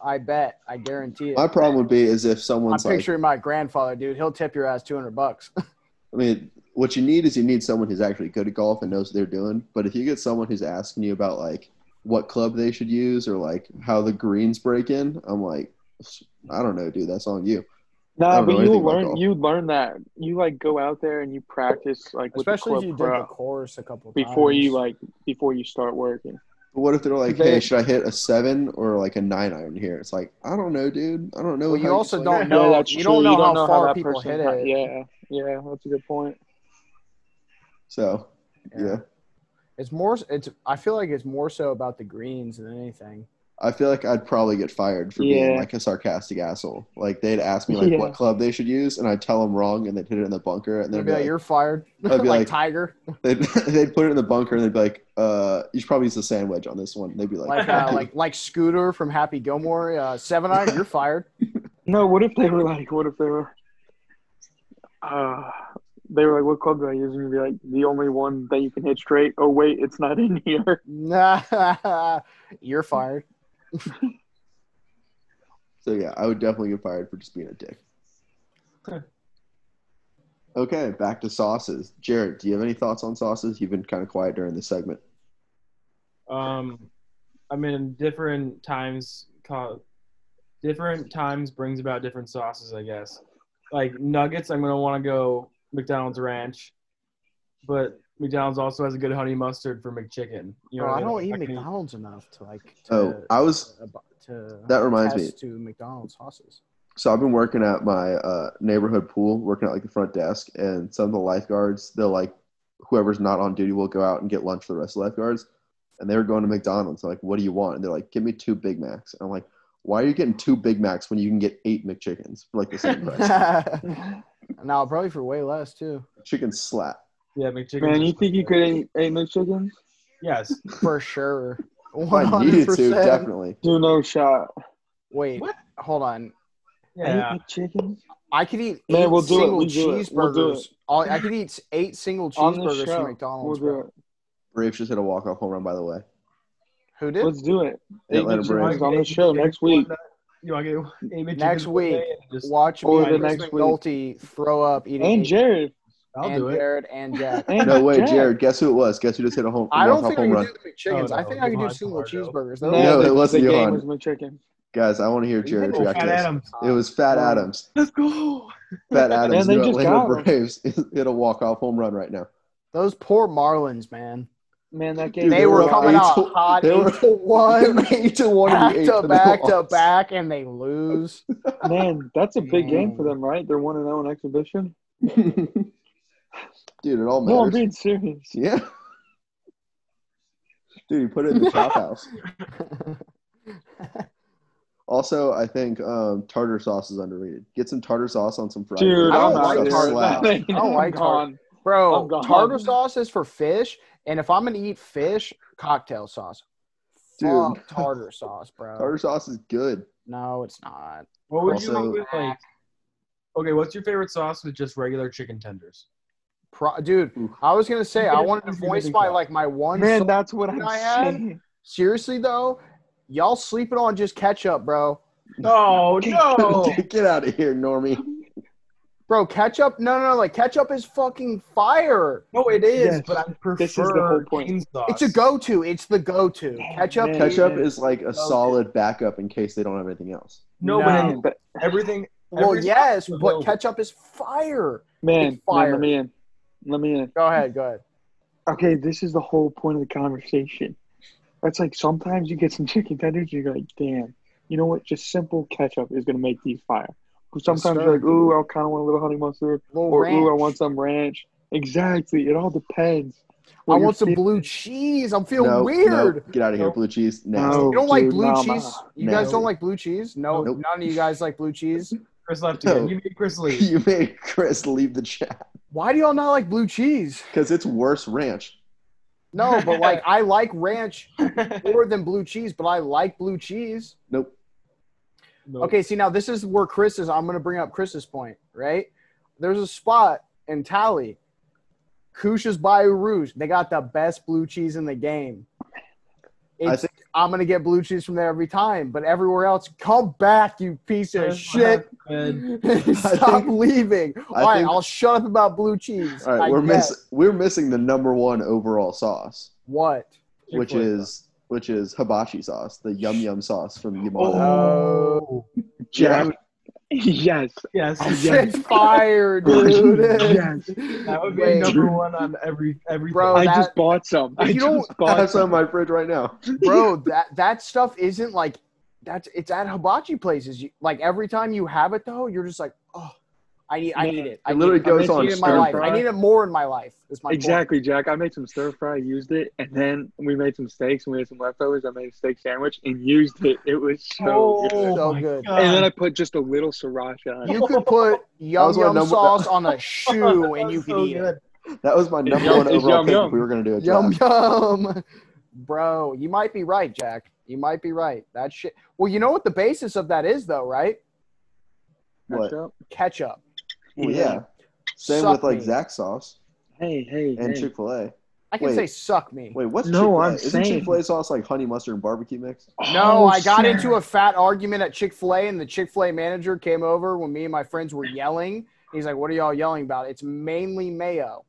B: I bet. I guarantee it.
A: my problem would be is if
B: I'm
A: someone's like,
B: picturing my grandfather, dude. He'll tip your ass 200 bucks.
A: I mean, what you need is you need someone who's actually good at golf and knows what they're doing. But if you get someone who's asking you about like what club they should use or like how the greens break in, I'm like, I don't know, dude. That's on you. I
C: Nah,
A: don't know
C: but you
A: anything about
C: learn,
A: golf.
C: you learn that you like go out there and you practice like with
B: Especially if
C: the
B: you
C: club
B: did the
C: pro
B: course a couple times.
C: before you like before you start working.
A: But what if they're like,
C: They-
A: hey, should I hit a seven or like a nine iron here? It's like, I don't know, dude. I don't know.
B: Well, you
A: how
B: also
A: play
B: don't
A: golf.
B: know- you don't know how far people hit
C: ha-
B: it.
C: Yeah, yeah, that's a good point.
A: So, yeah.
B: It's more. It's. I feel like it's more so about the greens than anything.
A: I feel like I'd probably get fired for being
C: Yeah.
A: like a sarcastic asshole. Like they'd ask me like
C: Yeah.
A: what club they should use, and I'd tell them wrong, and they'd hit it in the bunker, and
B: They'd
A: then
B: be like, "You're fired,"
A: I'd
B: like,
A: be like-
B: Tiger,
A: they'd, they'd put it in the bunker, and they'd be like, "Uh, you should probably use the sand wedge on this one." And they'd be like,
B: like uh, like like Scooter from Happy Gilmore, uh, Seven Iron. You're fired.
C: No, what if they were like, what if they were, uh, they were like, what club do I use? And you'd be like, the only one that you can hit straight. Oh wait, it's not in here.
B: Nah, you're fired.
A: So yeah, I would definitely get fired for just being a dick.
D: Huh.
A: okay, back to sauces. Jared, do you have any thoughts on sauces? You've been kind of quiet during this segment.
D: Um, I mean, different times, co- different times brings about different sauces, I guess. Like nuggets, I'm gonna want to go McDonald's Ranch, but McDonald's also has a good honey mustard for McChicken. You
B: Bro,
D: know, what
B: Oh, I don't
D: mean?
B: eat
D: I can
B: McDonald's enough to like. To,
A: Oh, I was.
B: to, to
A: That reminds me.
B: attest to McDonald's sauces.
A: So I've been working at my uh, neighborhood pool, working at like the front desk, and some of the lifeguards, they'll like whoever's not on duty will go out and get lunch for the rest of the lifeguards. And they were going to McDonald's. I'm like, what do you want? And they're like, give me two Big Macs. And I'm like, why are you getting two Big Macs when you can get eight McChickens for like the same price?
B: no, probably for way less too.
A: Chicken slap.
D: Yeah, McChicken.
C: Man, you think you could eat eight McChickens?
D: Yes.
B: For sure.
A: If I needed to,
B: 100%.
A: definitely.
C: Do no shot.
B: Wait,
D: What?
B: hold on.
D: Yeah.
C: Eight McChickens?
B: I could eat
C: Man,
B: 8
C: we'll do it.
B: single
C: We'll do it.
B: cheeseburgers.
C: We'll do
B: All- I could eat eight single
C: On the
B: cheeseburgers
C: show.
B: from McDonald's.
C: We'll do
B: bro.
C: it.
A: Braves just hit a walk off home run, by the way.
B: Who did?
C: Let's do it. Eight
A: Atlanta
D: You wanna
C: McChickens
A: Braves.
D: get
C: on the
D: eight
C: show
D: McChickens
C: next week.
D: one night? You want to get eight McChickens
B: Next
D: one
B: week.
D: day and just-
B: Watch
C: Or
B: me
D: the
B: and Chris
C: next week.
B: McNulty throw up eating
C: And
B: eight-
C: Jared.
D: I'll
B: and
D: do it.
B: Jared and Jack.
C: And
A: No way,
C: Jack.
A: Jared. Guess who it was? Guess who just hit a home
B: I don't
A: walk-off
B: think I
A: home
B: can
A: run?
B: do the McChickens.
D: Oh,
B: I
D: no.
B: think I can do
D: Come on,
B: single
D: Eduardo.
B: cheeseburgers.
C: No,
B: Those
A: No,
B: are-
A: it wasn't
C: the game
A: Johan.
C: was McChicken.
A: Guys, I want to hear
B: You
A: Jared
B: think
D: Oh,
A: react
D: Pat
A: to this.
D: Adams.
A: It was Fat
C: Wow.
A: Adams.
D: Let's go.
A: Fat Adams,
C: they
A: new
C: just
A: Atlanta
C: got him.
A: Braves. hit a walk-off home run right now.
B: Those poor Marlins, man.
C: Man, that game.
A: Dude,
B: They,
A: they
B: were,
A: were
B: coming
A: eight
B: out
A: to-
B: hot.
A: they were-
B: eight to one,
A: Eight to one.
B: back
A: and eight
B: to
A: for the
B: back to
A: Hawks.
B: back, and they lose.
C: Man, that's a big game for
B: Man.
C: them, right? They're one and zero in exhibition.
A: Dude, it all
C: No, I'm
A: matters.
C: being serious.
A: yeah. Dude, you put it in the chop house. Also, I think um, tartar sauce is underrated. Get some tartar sauce on some fries.
C: Dude,
B: I
C: I'm
B: don't
C: out
B: like
C: of
B: tartar
C: here.
B: slap.
C: I
B: don't like
C: gone. I'm
B: Bro,
C: gone.
B: tartar sauce is for fish, and if I'm gonna eat fish, cocktail sauce.
A: Dude.
B: Fuck tartar sauce, bro.
A: Tartar sauce is good.
B: No, it's not.
D: What would you
A: Also-
D: do with like? Okay, what's your favorite sauce with just regular chicken tenders?
B: Pro- Dude,
A: Oof.
B: I was gonna say I wanted to
D: Easy to
B: voice
D: think
B: my
D: of.
B: like my one.
C: Man,
B: song-
C: that's what
B: You
C: I'm
B: know I had?
C: saying.
B: Seriously though, y'all sleeping on just ketchup, bro.
D: No, no.
A: Get out of here, Normie.
B: Bro, ketchup? No, no, no. Like ketchup is fucking fire.
D: No, it is,
C: Yes.
D: but I prefer
C: This is the whole point.
D: cane sauce.
B: It's a go-to. It's the go-to. Ketchup.
C: Man.
A: Ketchup
B: is-
A: is like a solid backup in case they don't have anything else.
D: No,
C: Man,
D: but
C: but-
D: everything.
B: Well,
D: every-
B: yes, but
D: available.
B: ketchup is fire.
C: man, man,
B: fire.
C: let me in. Let me in.
B: Go ahead. Go ahead.
C: Okay, this is the whole point of the conversation. That's like sometimes you get some chicken tenders, you're like, damn, you know what? Just simple ketchup is gonna make these fire. But sometimes
B: sir.
C: you're like, ooh, I kind of want a little honey mustard,
B: Little
C: or ooh, I
B: ranch.
C: want some ranch. Exactly. It all depends.
B: I
C: What you're
B: want some
C: feeling.
B: blue cheese. I'm feeling
A: no,
B: weird.
A: no, get out of here.
D: No.
A: Blue cheese, nasty.
C: No,
B: You don't like
C: dude,
B: blue
C: nah,
B: cheese?
C: nah.
B: You guys don't
A: No.
B: like blue cheese? No,
A: Nope.
B: none of you guys like blue cheese.
D: Chris left
A: No.
D: again. You made Chris leave.
A: You made Chris leave the chat
B: Why do y'all not like blue cheese?
A: because it's worse ranch.
B: No, but like I like ranch more than blue cheese, but I like blue cheese.
A: Nope.
D: No.
B: Okay, see now this is where Chris is. I'm gonna bring up Chris's point, right? There's a spot in Tally, Kush's Bayou Rouge. They got the best blue cheese in the game.
A: I
B: It's, I'm gonna get blue cheese from there every time, but everywhere else, come back, you piece of
D: Chris
B: shit!
D: left, man.
B: Stop leaving. All right,
A: think-
B: I'll shut up about blue cheese.
A: All right,
B: I
A: we're
B: guess.
A: miss we're missing the number one overall sauce,
B: what?
A: which
D: Chick-fil-A.
A: is which is hibachi sauce, the yum yum sauce from
C: Oh,
A: Yamada.
D: Oh.
C: Jack. Yes.
D: Yes.
C: Yes.
B: Shit's fire, dude.
C: Yes.
D: That would be
B: Wait.
D: number one on every every.
B: Bro,
C: I
B: that-
C: just bought some. I
B: If you don't-
C: just
A: I
C: bought
A: have some
C: some.
A: in my fridge right now.
B: bro that that stuff isn't like that's it's at hibachi places you, like every time you have it though you're just like oh i need i
C: Man,
B: need it i
A: It literally
B: need
C: I'm
A: goes
C: making
A: on
B: it
C: it
B: in my
A: stir
B: life
A: fry.
B: i need it more in my life is my point.
C: Exactly, Jack. I made some stir fry, used it, and then we made some steaks and we had some leftovers. I made a steak sandwich and used it. It was so
D: Oh,
C: good.
B: So
D: my
B: good.
D: God.
C: And then I put just a little sriracha on it.
B: you could put yum
A: was my
B: yum
A: number-
B: sauce on a shoe
D: That
B: and you
D: was
B: could
D: so
B: eat
D: good.
A: That was my
C: It's
A: number
C: yum-
A: one
C: it's
A: overall
C: yum
A: pick.
C: yum.
A: If we were gonna do a
B: it yum
A: draft.
B: yum bro you might be right jack you might be right that shit well you know what the basis of that is though right
A: What?
C: Ketchup.
B: ketchup
A: Well, yeah. Same
B: Suck
A: with like
B: me.
A: Zach sauce
C: Hey, hey,
A: and
C: hey.
A: Chick Fil A.
B: i can
A: Wait.
B: say suck me
A: Wait, what's
C: No,
A: Chick-fil-A?
C: I'm
A: Isn't
C: saying-
A: Chick Fil A sauce like honey mustard and barbecue mix?
B: No,
C: Oh,
B: I got
C: snap.
B: into a fat argument at Chick fil A, and the Chick fil A manager came over when me and my friends were yelling. He's like, What are y'all yelling about? It's mainly mayo.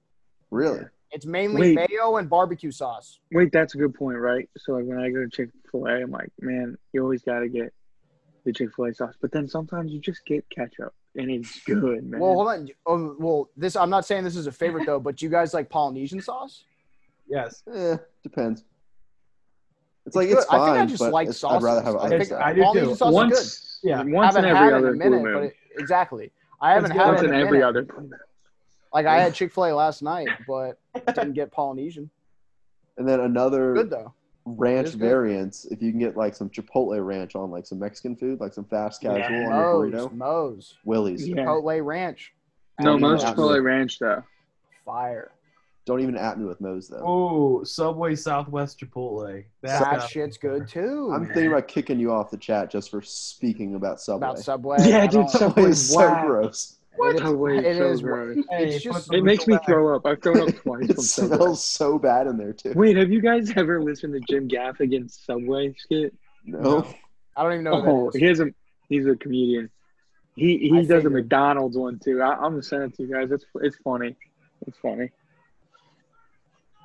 A: Really?
B: It's mainly
C: Wait.
B: mayo and barbecue sauce.
C: Wait, that's a good point, right? So like when I go to Chick Fil A, I'm like, man, you always gotta get the Chick Fil A sauce. But then sometimes you just get ketchup, and it's good, man.
B: Well, hold on. Oh, well, this I'm not saying this is a favorite though, but you guys like Polynesian sauce?
D: Yes.
A: Eh, depends. It's like
B: It's
A: it's
B: good. I
A: fine.
B: think I just
A: but
B: like
A: it's- I'd rather have it on
B: sauces. I
D: think
A: the side.
D: I do
B: Polynesian
D: too.
B: sauce is good.
C: once
D: Yeah,
C: Once in
B: haven't
C: every
B: had it in
C: other
B: a minute,
C: blue
B: but
C: moon.
B: it, exactly. I haven't had
C: Once
B: it
C: in
B: in a
C: every
B: minute.
C: other.
B: Like I had Chick Fil A last night, but didn't get Polynesian.
A: And then another
B: Good though.
A: ranch
B: It's good.
A: variants, if you can get like some Chipotle ranch on like some Mexican food, like some fast casual
C: Yeah.
A: on your
B: Moe's,
A: burrito,
B: Moe's,
A: Willie's.
C: Yeah.
B: Chipotle Ranch,
C: No,
A: Don't
C: most
A: even at
C: Chipotle
A: me.
C: Ranch though.
B: fire.
A: Don't even at me with Moe's though.
D: Oh, Subway Southwest Chipotle. That's
B: That
D: got-
B: shit's good too.
A: I'm thinking about kicking you off the chat just for speaking about Subway.
B: about Subway.
C: Yeah,
B: I
C: dude,
B: don't-
A: Subway is so
C: Wow.
A: gross.
B: It is,
C: Subway is
B: it
C: Oh, so
B: is-
C: gross.
D: Hey,
B: it's just
D: put
C: It makes me
D: back.
C: throw up. I've thrown up twice
A: It
C: from Subway.
A: smells so bad in there too.
C: Wait, have you guys ever listened to Jim Gaffigan's Subway skit?
A: no.
B: I don't even know.
C: Oh,
B: what that
C: he
B: is.
C: has a he's a comedian. He he
B: I
C: does a
B: figured.
C: McDonald's one too. I, I'm gonna send it to you guys. It's it's funny. It's funny.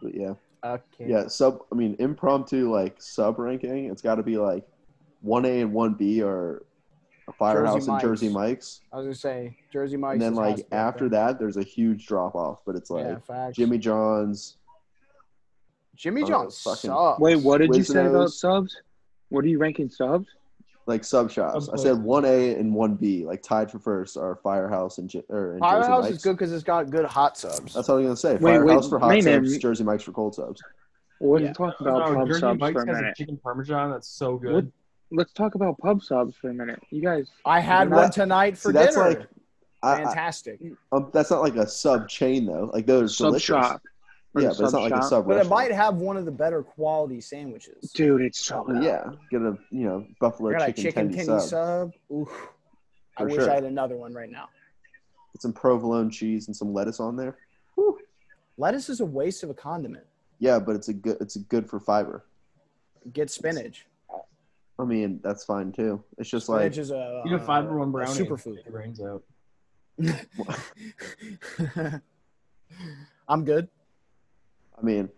A: But yeah.
B: Okay.
A: Yeah, sub I mean impromptu like sub ranking, it's gotta be like one A and one B or a firehouse and
B: Mike's.
A: Jersey Mike's.
B: I was gonna say Jersey Mike's.
A: and then
B: is
A: like
B: hospital,
A: after
B: but-
A: that there's a huge drop off, but it's like
B: yeah, facts.
A: Jimmy John's
B: Jimmy
A: Oh,
B: John
A: fucking-
B: sucks.
C: Wait, what did you say about
A: Quiznos.
C: subs? What are you ranking subs?
A: like sub shops. I
D: Subway.
A: said one A and one B, like tied for first are Firehouse and J- or and Jersey
B: Firehouse
A: Mike's.
B: is good because it's got good hot subs.
A: That's all I'm gonna say.
C: Wait, wait,
A: Firehouse for hot
C: main
A: subs,
C: name-
A: Jersey Mike's for cold subs.
C: Let's
B: Yeah.
C: talk about
D: No,
C: pub
D: Oh, Jersey
C: subs
D: Mike's
C: for a
D: has a
C: minute.
D: chicken parmesan that's so good.
C: What? Let's talk about pub subs for a minute. You guys,
B: I had
A: That-
B: one tonight for
A: See, that's
B: dinner.
A: like I, I,
B: Fantastic.
A: um, that's not like a sub chain though. Like those are
C: sub
A: delicious.
C: shop. Or
A: Yeah, but it's not like a
C: shop.
A: sub.
B: but it
A: restaurant.
B: might have one of the better quality sandwiches.
C: Dude, it's so
A: Well,
C: good.
A: yeah, get a you know
B: I
A: buffalo
B: got a
A: chicken,
B: chicken
A: tendy
B: tendy
A: sub.
B: sub. Oof. I
A: For
B: wish
A: sure.
B: I had another one right now.
A: Get some provolone cheese and some lettuce on there.
B: Lettuce is a waste of a condiment.
A: Yeah, but it's a good it's good for fiber.
B: Get spinach.
A: I mean that's fine too. It's just
B: Spinach
A: like
B: is a,
D: You
B: uh,
D: get fiber one brownie.
B: a superfood.
D: Your brains out.
B: I'm good.
A: I mean,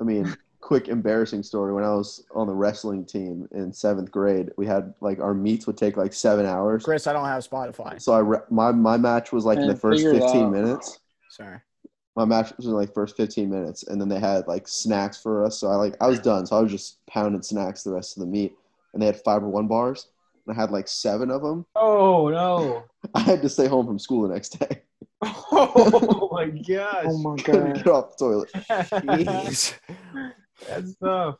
A: I mean, quick embarrassing story. When I was on the wrestling team in seventh grade, we had like our meets would take like seven hours.
B: Chris, I don't have Spotify.
A: So I re- my my match was like in the
C: And
A: first
C: figure it
A: fifteen
C: out.
A: minutes.
B: Sorry.
A: My match was in like first fifteen minutes, and then they had like snacks for us. So I like I was done. So I was just pounding snacks the rest of the meet, and they had fiber one bars, and I had like seven of them.
D: Oh no!
A: I had to stay home from school the next day.
D: Oh my gosh!
C: Oh my
A: Couldn't
C: god.
A: get off the toilet.
B: Jeez.
D: That's tough.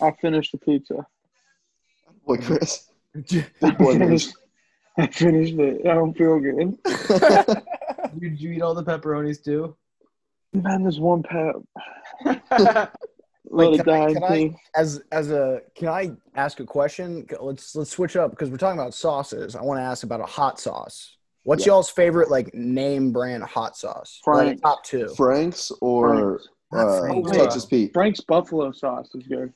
C: I finished the pizza.
A: Boy, Chris.
C: I
A: Big boy moves.
C: finished, I finished it. I don't feel good.
D: You, you eat all the pepperonis too?
C: Man, there's one pep.
B: Wait,
C: Let it
B: can I-
C: die,
B: can I-
C: please.
B: as as a can I ask a question? Let's let's switch up because we're talking about sauces. I want to ask about a hot sauce. What's
A: Yeah.
B: y'all's favorite like name brand hot sauce? Like
C: Frank's.
B: top two.
A: Frank's or
B: Not
A: uh,
D: Oh,
B: Frank's.
A: Texas Pete?
C: Frank's buffalo sauce is good.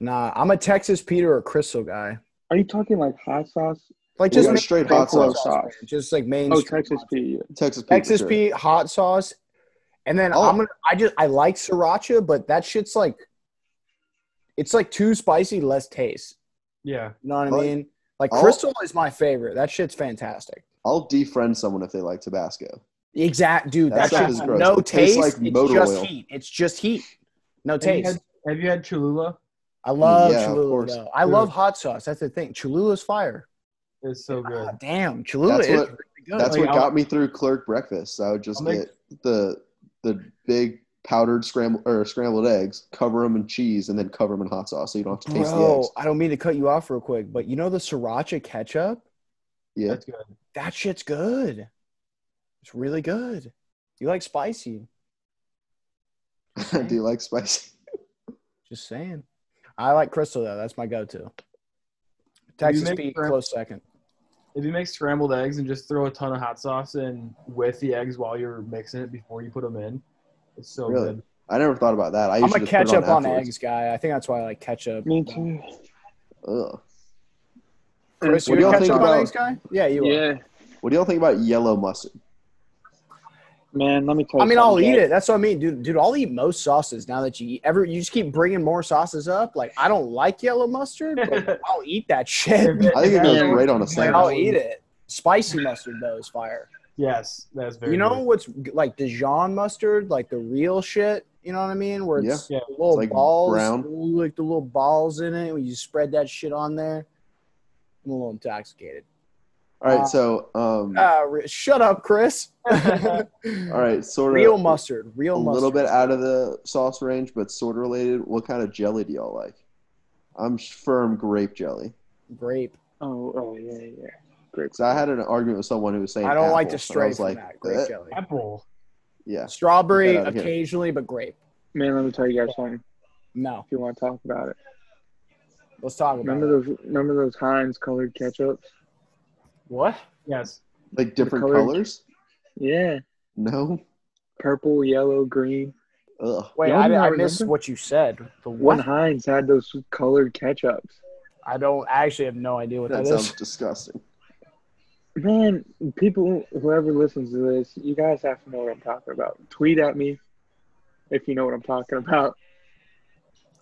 B: Nah, I'm a Texas Peter or Crystal guy.
C: Are you talking like hot sauce?
B: Like
A: You
B: just
A: got
B: make
A: straight
B: Frank's
A: hot sauce.
B: brand, Just like main.
C: Oh, Texas Pete. yeah.
A: Texas Pete. for
B: Texas
A: sure.
B: Pete hot sauce, and then
A: Oh.
B: I'm gonna. I just I like sriracha, but that shit's like, it's like too spicy, less taste.
D: yeah.
B: You know what I
A: Oh.
B: mean? Like
A: Oh.
B: Crystal is my favorite. That shit's fantastic.
A: I'll defriend someone if they like Tabasco.
B: Exact, dude.
A: That
B: That,
A: stuff
B: shit's
A: is gross.
B: no
A: It tastes
B: taste.
A: like
B: it's
A: motor
B: just
A: oil.
B: heat. It's just heat. No
D: Have you
B: taste.
D: had, have you had Cholula?
B: I love
A: Yeah, of
B: Cholula
A: course.
B: though. I
D: Dude.
B: love hot sauce. That's the thing. Cholula's fire.
D: It's so good.
B: Ah, damn, Cholula
A: That's
B: is
A: what-
B: really good.
A: That's
D: Like,
A: what
D: I'll-
A: got me through clerk breakfast. I would just
D: I'll make-
A: get the the big powdered scramble or scrambled eggs, cover them in cheese, and then cover them in hot sauce, so you don't have to taste the
B: Bro,
A: eggs.
B: I don't mean to cut you off real quick, but you know the sriracha ketchup?
A: Yeah,
D: That's good.
B: That shit's good. It's really good. You like spicy?
A: do you like spicy?
B: Just saying. I like Crystal though. That's my go-to. Texas
D: make
B: Pete,
D: shrimp-
B: close second.
D: If you make scrambled eggs and just throw a ton of hot sauce in with the eggs while you're mixing it before you put them in, it's so
A: Really?
D: good.
A: I never thought about that. I
B: I'm
A: usually
B: a
A: just put it
B: ketchup on,
A: afterwards.
B: eggs guy. I think that's why I like ketchup.
C: Me too.
A: Ugh.
B: Chris,
A: What
B: you
A: do
B: a
A: y'all
B: ketchup
A: think
B: on
A: about-
B: eggs guy? Yeah, you are.
C: Yeah,
A: What do y'all think about yellow mustard?
C: man. Let me tell you.
B: I mean, I'll
C: something,
B: eat
C: guys.
B: it. That's what I mean, dude. Dude, I'll eat most sauces now that you eat. Ever you just keep bringing more sauces up. Like I don't like yellow mustard, but I'll eat that shit.
A: I think it goes great on a
B: Like,
A: sandwich.
B: I'll eat it. Spicy mustard though is fire.
D: Yes, that's very.
B: You know
D: good.
B: what's g- like Dijon mustard, like the real shit. You know what I mean? Where it's
D: Yeah. Yeah.
B: the little
A: It's like
B: balls,
A: brown.
B: ooh, like the little balls in it. When you spread that shit on there, I'm a little intoxicated.
A: All right,
B: Uh,
A: so um,
B: Uh, re- shut up, Chris.
A: all right, sort of
B: real mustard. Real
A: a
B: mustard.
A: little bit out of the sauce range, but sort of related. What kind of jelly do y'all like? I'm firm grape jelly.
B: grape.
C: Oh, oh yeah, yeah.
A: Grape. So I had an argument with someone who was saying
B: I don't like
A: apple, and
B: to
A: I
B: stray
A: was
B: from
A: like,
B: that. Grape
A: "Eh,
B: jelly.
D: Apple.
A: Yeah, Get
B: Strawberry
A: that outta here.
B: occasionally, but grape.
C: Man, let me tell you guys something.
B: No.
C: If you want to talk about it,
B: Let's talk about
C: remember
B: it.
C: those remember those Heinz colored ketchup?
B: What?
D: Yes.
A: like different
C: colored-
A: colors.
C: Yeah,
A: No.
C: purple, yellow, green.
A: Ugh.
B: Wait,
C: Y'all do
B: I,
C: not
B: I missed
C: remember?
B: what you said. The
C: When
B: what?
C: Heinz had those colored ketchups.
B: I don't I actually have no idea what
A: That
B: that
A: sounds
B: is.
A: disgusting.
C: Man, people, whoever listens to this, you guys have to know what I'm talking about. Tweet at me if you know what I'm talking about.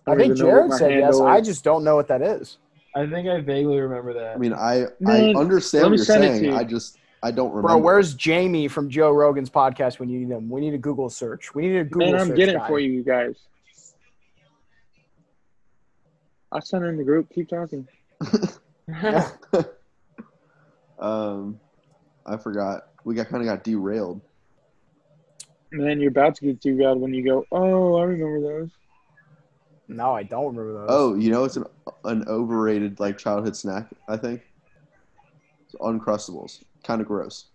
B: I
C: don't even
B: think
C: know what
B: Jared
C: my
B: said yes.
C: handle
B: I
C: is.
B: just don't know what that is.
D: I think I vaguely remember that.
A: I mean, I
C: Man,
A: I understand
C: let
A: what
C: me
A: you're
C: send it to
A: saying.
C: you.
A: I just I don't remember.
B: Bro, where's Jamie from Joe Rogan's podcast when you need him? We need a Google search. We need a Google
C: Man, I'm
B: search.
C: getting it
B: guy.
C: for you, you guys. I'll send it in the group. Keep talking.
A: Um, I forgot. We got kind of got derailed.
C: Man, you're about to get too bad when you go, oh, I remember those.
B: No, I don't remember those.
A: Oh, you know, it's an an overrated like childhood snack. I think it's Uncrustables. Kind of gross.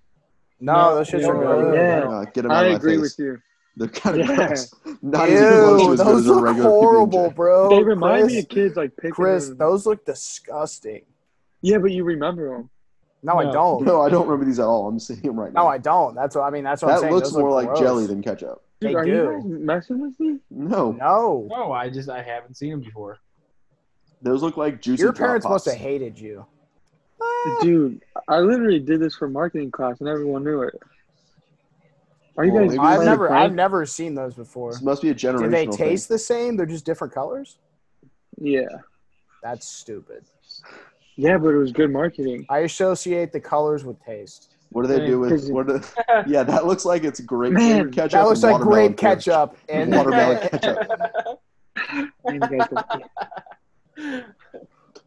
B: no,
D: No,
B: those shits
D: no,
B: are
D: no,
B: good.
C: yeah.
A: Uh, get them out
C: I
A: of my
C: agree
A: face.
C: with you.
A: They're kind of
C: Yeah.
A: gross. Not even close to
B: Ew,
A: as good
B: those
A: as a
B: look
A: regular PB&J.
B: horrible, bro.
C: They remind
B: Oh, Chris,
C: me of kids like picking
B: Chris,
C: them.
B: those look disgusting.
C: Yeah, but you remember them.
B: No, I
D: No.
B: don't.
A: No, I don't remember these at all. I'm seeing them right now.
B: No, I don't. That's what I mean. That's what I'm
A: that
B: saying.
A: looks
B: Those look
A: more like
B: gross.
A: jelly than ketchup.
C: Dude,
B: They
C: are
B: do.
C: you guys messing with me?
A: No,
B: No,
D: no, I just I haven't seen him before.
A: those look like juicy.
B: your
A: Drop
B: parents must have
A: Pops.
B: hated you.
C: Dude, I literally did this for marketing class and everyone knew it. Are you
A: Well,
C: guys
A: maybe
B: I've
A: it's
C: playing
B: never,
C: prank?
B: I've never seen those before.
A: This must be a generational.
B: Do they
A: thing.
B: taste the same? They're just different colors.
C: Yeah.
B: That's stupid.
C: Yeah, but it was good marketing.
B: I associate the colors with taste.
A: What do they do with?
C: Cause-
A: What do, yeah, that looks like it's grape
C: Man,
A: ketchup.
B: That looks
A: and
B: like
A: watermelon
B: grape
A: flavor.
B: ketchup and
A: Watermelon ketchup.
C: Man, you guys are-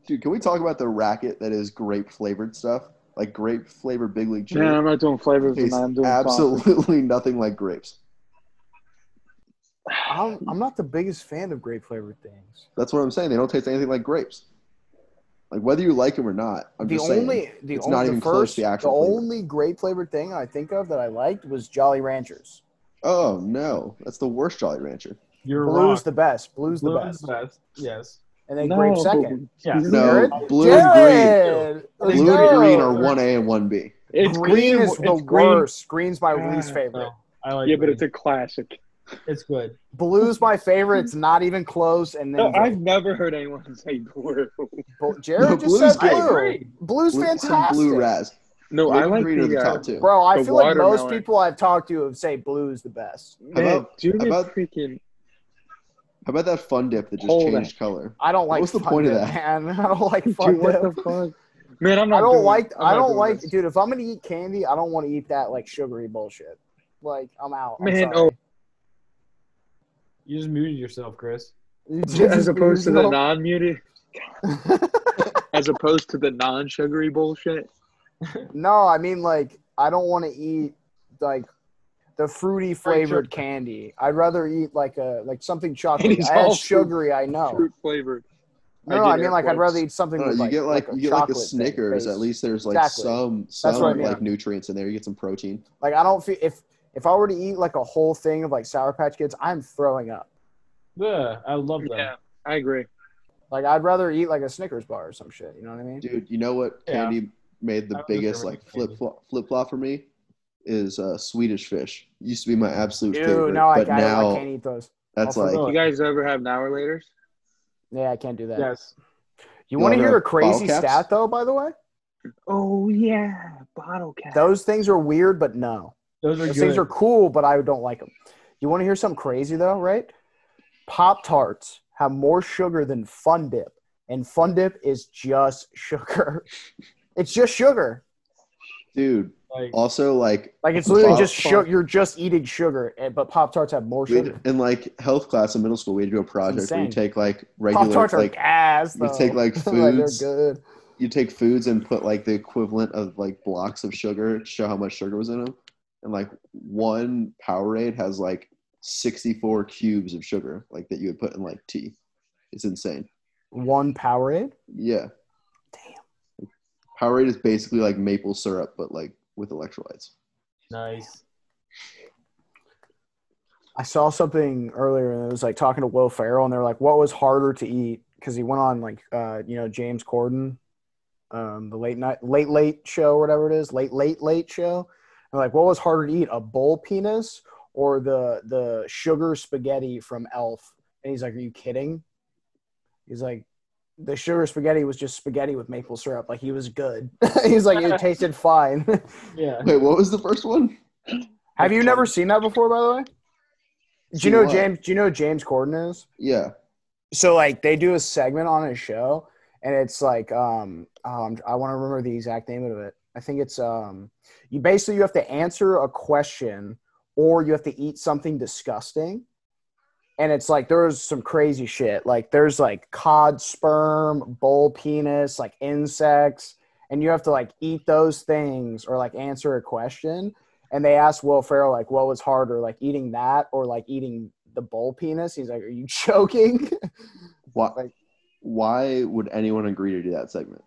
A: Dude, can we talk about the racket that is grape flavored stuff? Like grape flavored big league
C: Man,
A: chili.
C: I'm not doing flavors
A: tastes
C: tonight. I'm doing sauce.
A: absolutely nothing like grapes.
B: I'm, I'm not the biggest fan of grape flavored things.
A: That's what I'm saying. They don't taste anything like grapes. Like whether you like them or not, I'm
B: the
A: just saying.
B: only, the
A: It's
B: only,
A: not
B: the
A: even close
B: first,
A: to the
B: the,
A: actual flavor.
B: only grape flavored thing I think of that I liked was Jolly Ranchers.
A: Oh no, that's the worst Jolly Rancher.
D: You're
B: Blue's
D: Blue's
B: the best. Blue's
D: Blue
B: the best.
D: is the best. Yes.
B: And then
C: No,
B: grape
C: but-
B: second.
D: Yeah.
C: Blue
A: No,
B: Jared?
A: blue and
B: Jared, let's
A: green. Blue and
B: go.
A: green are one A and one B.
C: It's
B: green,
C: green
B: is the
C: it's green.
B: worst. Green's my
C: Ah,
B: least favorite.
D: No, I like
C: Yeah, but
D: green.
C: it's a classic.
D: it's good.
B: Blue's my favorite. It's not even close. And then
C: No, I've never heard anyone say blue.
B: Bl- Jared
A: No,
B: just
A: blue's
B: said
A: good.
B: blue.
A: I
D: agree.
B: Blue's
A: Blue-
B: fantastic.
A: Blue Raz.
C: No,
A: Blue
C: I like
A: green
C: the,
A: are the
C: uh,
A: top two.
B: Bro, I
C: The
B: feel like most
C: watermelon.
B: people I've talked to have say blue's the best.
C: Man,
A: about-
C: dude,
A: how about-
C: freaking
A: How about that fun dip that just
C: Hold
A: changed color?
B: I don't like
A: What's the
B: fun
A: point of
B: dip,
A: that?
B: man. I don't like fun
C: dude, what
B: dip.
C: the fuck? Man, I'm not.
B: I don't
C: doing-
B: like
C: I'm
B: I
C: not
B: don't
C: doing
B: like
C: this.
B: dude, if I'm gonna eat candy, I don't want to eat that like sugary bullshit. Like I'm out. I'm
C: Man,
B: sorry.
C: oh,
D: You just muted yourself, Chris.
C: oh, as opposed to the non-muted, as opposed to the non-sugary bullshit.
B: No, I mean like I don't want to eat like the fruity flavored candy. I'd rather eat like a like something chocolate.
C: it's
B: I had
C: all fruit-
B: sugary, I know.
C: Fruit flavored.
B: No, no,
C: did
B: I mean
C: air
B: like I'd
C: quotes.
B: rather eat something.
A: No,
B: with,
A: Uh, you
B: like,
A: get like, you get like a
B: chocolate thing
A: Snickers.
B: base.
A: At least there's like
B: Exactly.
A: some
B: what I
A: some
B: mean.
A: like nutrients in there. You get some protein.
B: Like I don't feel if if I were to eat like a whole thing of like Sour Patch Kids, I'm throwing up.
D: Yeah, I love them.
C: Yeah, I agree.
B: Like I'd rather eat like a Snickers bar or some shit. You know what I mean?
A: Dude, you know what
D: Yeah.
A: candy made the
D: I don't
A: biggest
D: remember
A: like
D: the candy.
A: flip flop flip flop for me is uh, Swedish fish. Used to be my absolute
B: Dude,
A: favorite,
B: no, I,
A: but
B: I,
A: now
B: I can't eat those.
A: that's
B: I'll
A: like
D: forgo
C: You guys ever have an hour later?
B: Yeah, I can't do that.
D: Yes.
B: You
A: You
B: want to
A: wanna
B: hear a
A: have bottle
B: crazy
A: caps?
B: stat though? By the way,
C: Oh yeah, bottle cap.
B: those things are weird, but no,
D: Those are
B: those
D: good.
B: things are cool, but I don't like them. You want to hear something crazy though, right? Pop tarts have more sugar than Fun Dip, and Fun Dip is just sugar. it's just sugar.
A: dude.
D: like
A: Also like
B: Like it's literally
A: Pop
B: just
C: Tart.
B: sugar. You're just eating sugar, and, but Pop Tarts have more
A: we
B: sugar.
A: in like health class in middle school we had to do a project where
B: insane.
A: you take like
B: Pop
A: regular
B: Tarts are
A: like
B: gas.
A: you
B: Though.
A: take like
B: they're
A: foods
B: good.
A: you take foods and put like the equivalent of like blocks of sugar to show how much sugar was in them, and like one Powerade has like 64 cubes of sugar like that you would put in like tea. It's insane.
B: One Powerade.
A: Yeah. Damn. Powerade is basically like maple syrup, but like with electrolytes.
D: Nice.
B: I saw something earlier, and it was like talking to Will Ferrell, and they're like, "What was harder to eat?" Because he went on like, uh, you know, James Corden, um, the late night, late late show, or whatever it is, late late late show. And like, what was harder to eat, a bull penis or the the sugar spaghetti from Elf? And he's like, "Are you kidding?" He's like, "The sugar spaghetti was just spaghetti with maple syrup. Like he was good. he's like, it tasted fine."
D: Yeah.
A: Wait, what was the first one?
B: Have you never seen that before, by the way? Do you
A: See
B: know
A: what?
B: James? Do you know who James Corden is?
A: Yeah.
B: So like they do a segment on his show, and it's like um, um I want to remember the exact name of it. I think it's um you basically you have to answer a question or you have to eat something disgusting, and it's like there's some crazy shit. Like there's like cod sperm, bull penis, like insects, and you have to like eat those things or like answer a question and they asked Will Ferrell like, "What was harder, like eating that or like eating the bull penis?" He's like, "Are you joking?"
A: Why?
B: Like-
A: why would anyone agree to do that segment?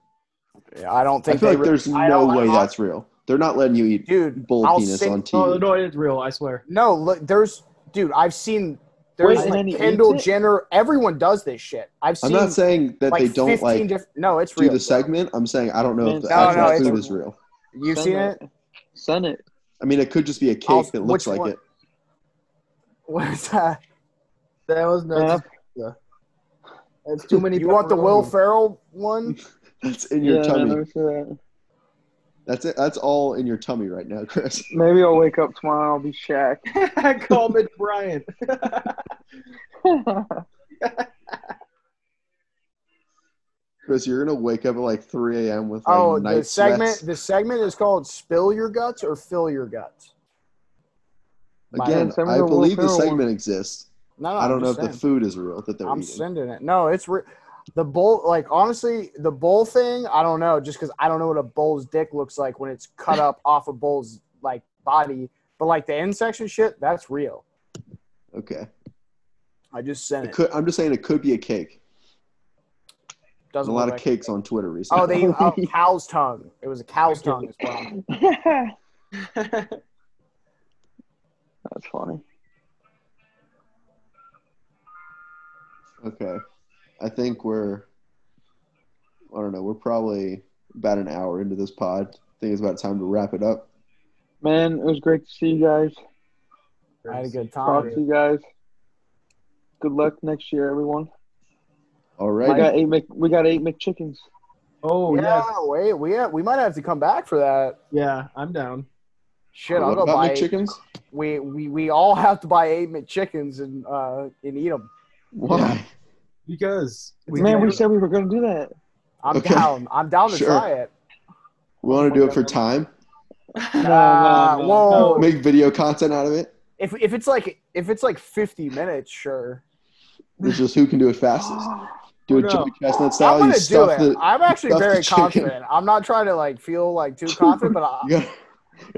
B: I don't
A: I
B: think
A: feel
B: they
A: like
B: re-
A: there's
B: I
A: no
B: don't-
A: way
B: I-
A: that's real. They're not letting you eat
B: dude.
A: bull
B: I'll
A: penis
B: sing-
A: on
D: No,
A: TV.
D: Oh, no, it's real. I swear.
B: No, look, there's dude. I've seen there's
C: Wait, and then
B: like
C: he
B: Kendall
C: eats it?
B: Jenner. Everyone does this shit. I've
A: I'm
B: seen
A: not saying that
B: like
A: they don't
B: 15
A: like
B: diff- No, it's
A: do
B: real.
A: the segment. I'm saying I don't know if
C: No,
A: the actual
B: no, it's-
A: food is real.
B: bro. You've
C: Send
B: seen it.
C: Send it.
A: I mean, it could just be a cake
B: I'll-
A: that looks
B: which
A: like
B: one?
A: it.
B: What's that?
D: That was
C: nuts.
D: That's
A: too
D: many.
B: You want the Will Ferrell one?
A: That's in
C: Yeah,
A: your tummy.
C: thanks for that.
A: That's it. That's all in your tummy right now, Chris.
C: Maybe I'll wake up tomorrow. I'll be Shaq.
D: Call Mitch Bryant.
A: Chris, you're gonna wake up at like 3 a.m. with like
B: Oh,
A: night
B: the segment.
A: sweats.
B: The segment is called "Spill Your Guts" or "Fill Your Guts."
A: Again,
C: Send me
A: I
C: the Will
A: believe the
C: Ferrell one.
A: segment exists.
B: No, no,
A: I don't
B: I'm
A: know if
B: just
A: the
B: saying.
A: food is real that they're
B: I'm
A: eating.
B: sending it. No, it's re- the bull. Like honestly, the bull thing. I don't know, just because I don't know what a bull's dick looks like when it's cut up off a bull's like body. But like the insects and shit, that's real.
A: okay,
B: I just sent
A: it
B: it.
A: could, I'm just saying it could be a cake. There's
B: Doesn't
A: a lot
B: look
A: of
B: like-
A: cakes on Twitter recently.
B: Oh, they oh, cow's tongue. It was a cow's tongue as well.
C: That's funny.
A: Okay, I think we're. I don't know. We're probably about an hour into this pod. I think it's about time to wrap it up.
C: Man, it was great to see you guys.
B: I had a good
C: Talk
B: time.
C: to you guys. Good luck next year, everyone.
A: All
C: We
A: right.
C: got eight. Mc, we got eight McChickens.
D: Oh
B: yeah,
D: yeah,
B: wait, we have, we might have to come back for that.
D: yeah. I'm down.
B: Shit, I'll
A: what
B: go
A: about
B: buy.
A: McChickens?
B: We, we we all have to buy eight McChickens and uh and eat them.
A: Why?
D: Yeah. Because
C: Man,
D: do-
C: we said we were gonna do that.
B: I'm
A: Okay.
B: down. I'm down to
A: Sure.
B: try it.
A: We want to do it for time.
B: Nah,
C: no, no.
B: whoa.
A: Make video content out of it.
B: If if it's like if it's like 50 minutes, sure.
A: It's just who can do it fastest.
C: Oh,
A: Do it
D: No.
A: Joey Chestnut
B: I'm
A: style. You
B: gonna do
A: stuff
B: it.
A: the.
B: I'm actually
A: stuff the
B: very
A: chicken.
B: confident. I'm not trying to like feel like too confident, but I,
A: You gotta-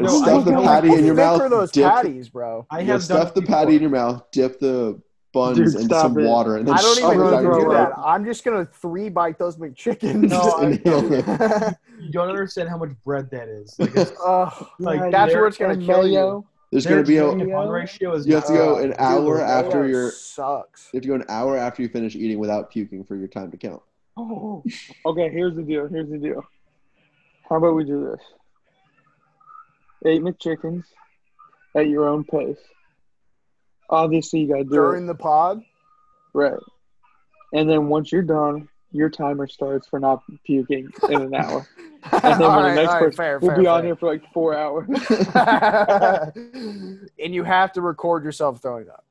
D: No, I
A: stuff
D: don't
A: the
D: know.
A: patty
B: how
A: in your
B: thick
A: mouth.
B: Are those
A: dip,
B: patties, bro?
D: I
A: you
D: have done
A: stuff the
D: it before.
A: patty in your mouth. Dip the buns
C: Dude,
A: into
C: stop
A: some
C: it.
A: water, and then
B: I don't
A: shove
B: even
A: it
C: gonna
A: down
B: need to
A: your
B: do
C: throw
A: throat.
B: that. I'm just gonna three bite those McChickens.
D: No,
A: Just
D: I-
A: inhale it.
D: You don't understand how much bread that is. Like, it's,
B: Ugh,
D: Like,
C: Yeah,
B: that's
D: there-
B: where it's gonna
C: and
B: kill
C: mayo.
B: you.
A: There's gonna be a.
C: There's-
D: on ratio is
A: You have to
D: not-
A: go an hour
B: Dude,
A: after
B: mayo
A: your.
B: sucks.
A: You have to go an hour after you finish eating without puking for your time to count.
C: Oh. Okay, here's the deal. Here's the deal. How about we do this? Eight McChickens at your own pace. Obviously, you gotta do
B: During
C: it
B: the pod,
C: right. And then once you're done, your timer starts for not puking in an hour.
B: all
C: And then when the
B: right,
C: next
B: all right,
C: person,
B: fair,
C: we'll
B: fair,
C: be
B: fair.
C: on here for like four hours.
B: and you have to record yourself throwing up.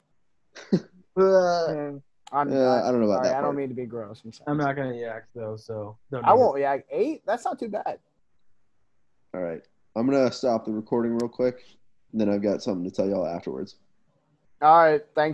C: And
B: I'm,
A: Uh, I don't know about
B: sorry,
A: that.
B: I
A: part.
B: don't mean to be gross. I'm sorry.
D: I'm not gonna yak though, so don't
B: I
D: need
B: won't. Yeah, eight. That's not too bad.
A: All right, I'm gonna stop the recording real quick, and then I've got something to tell y'all afterwards.
B: All right. Thanks.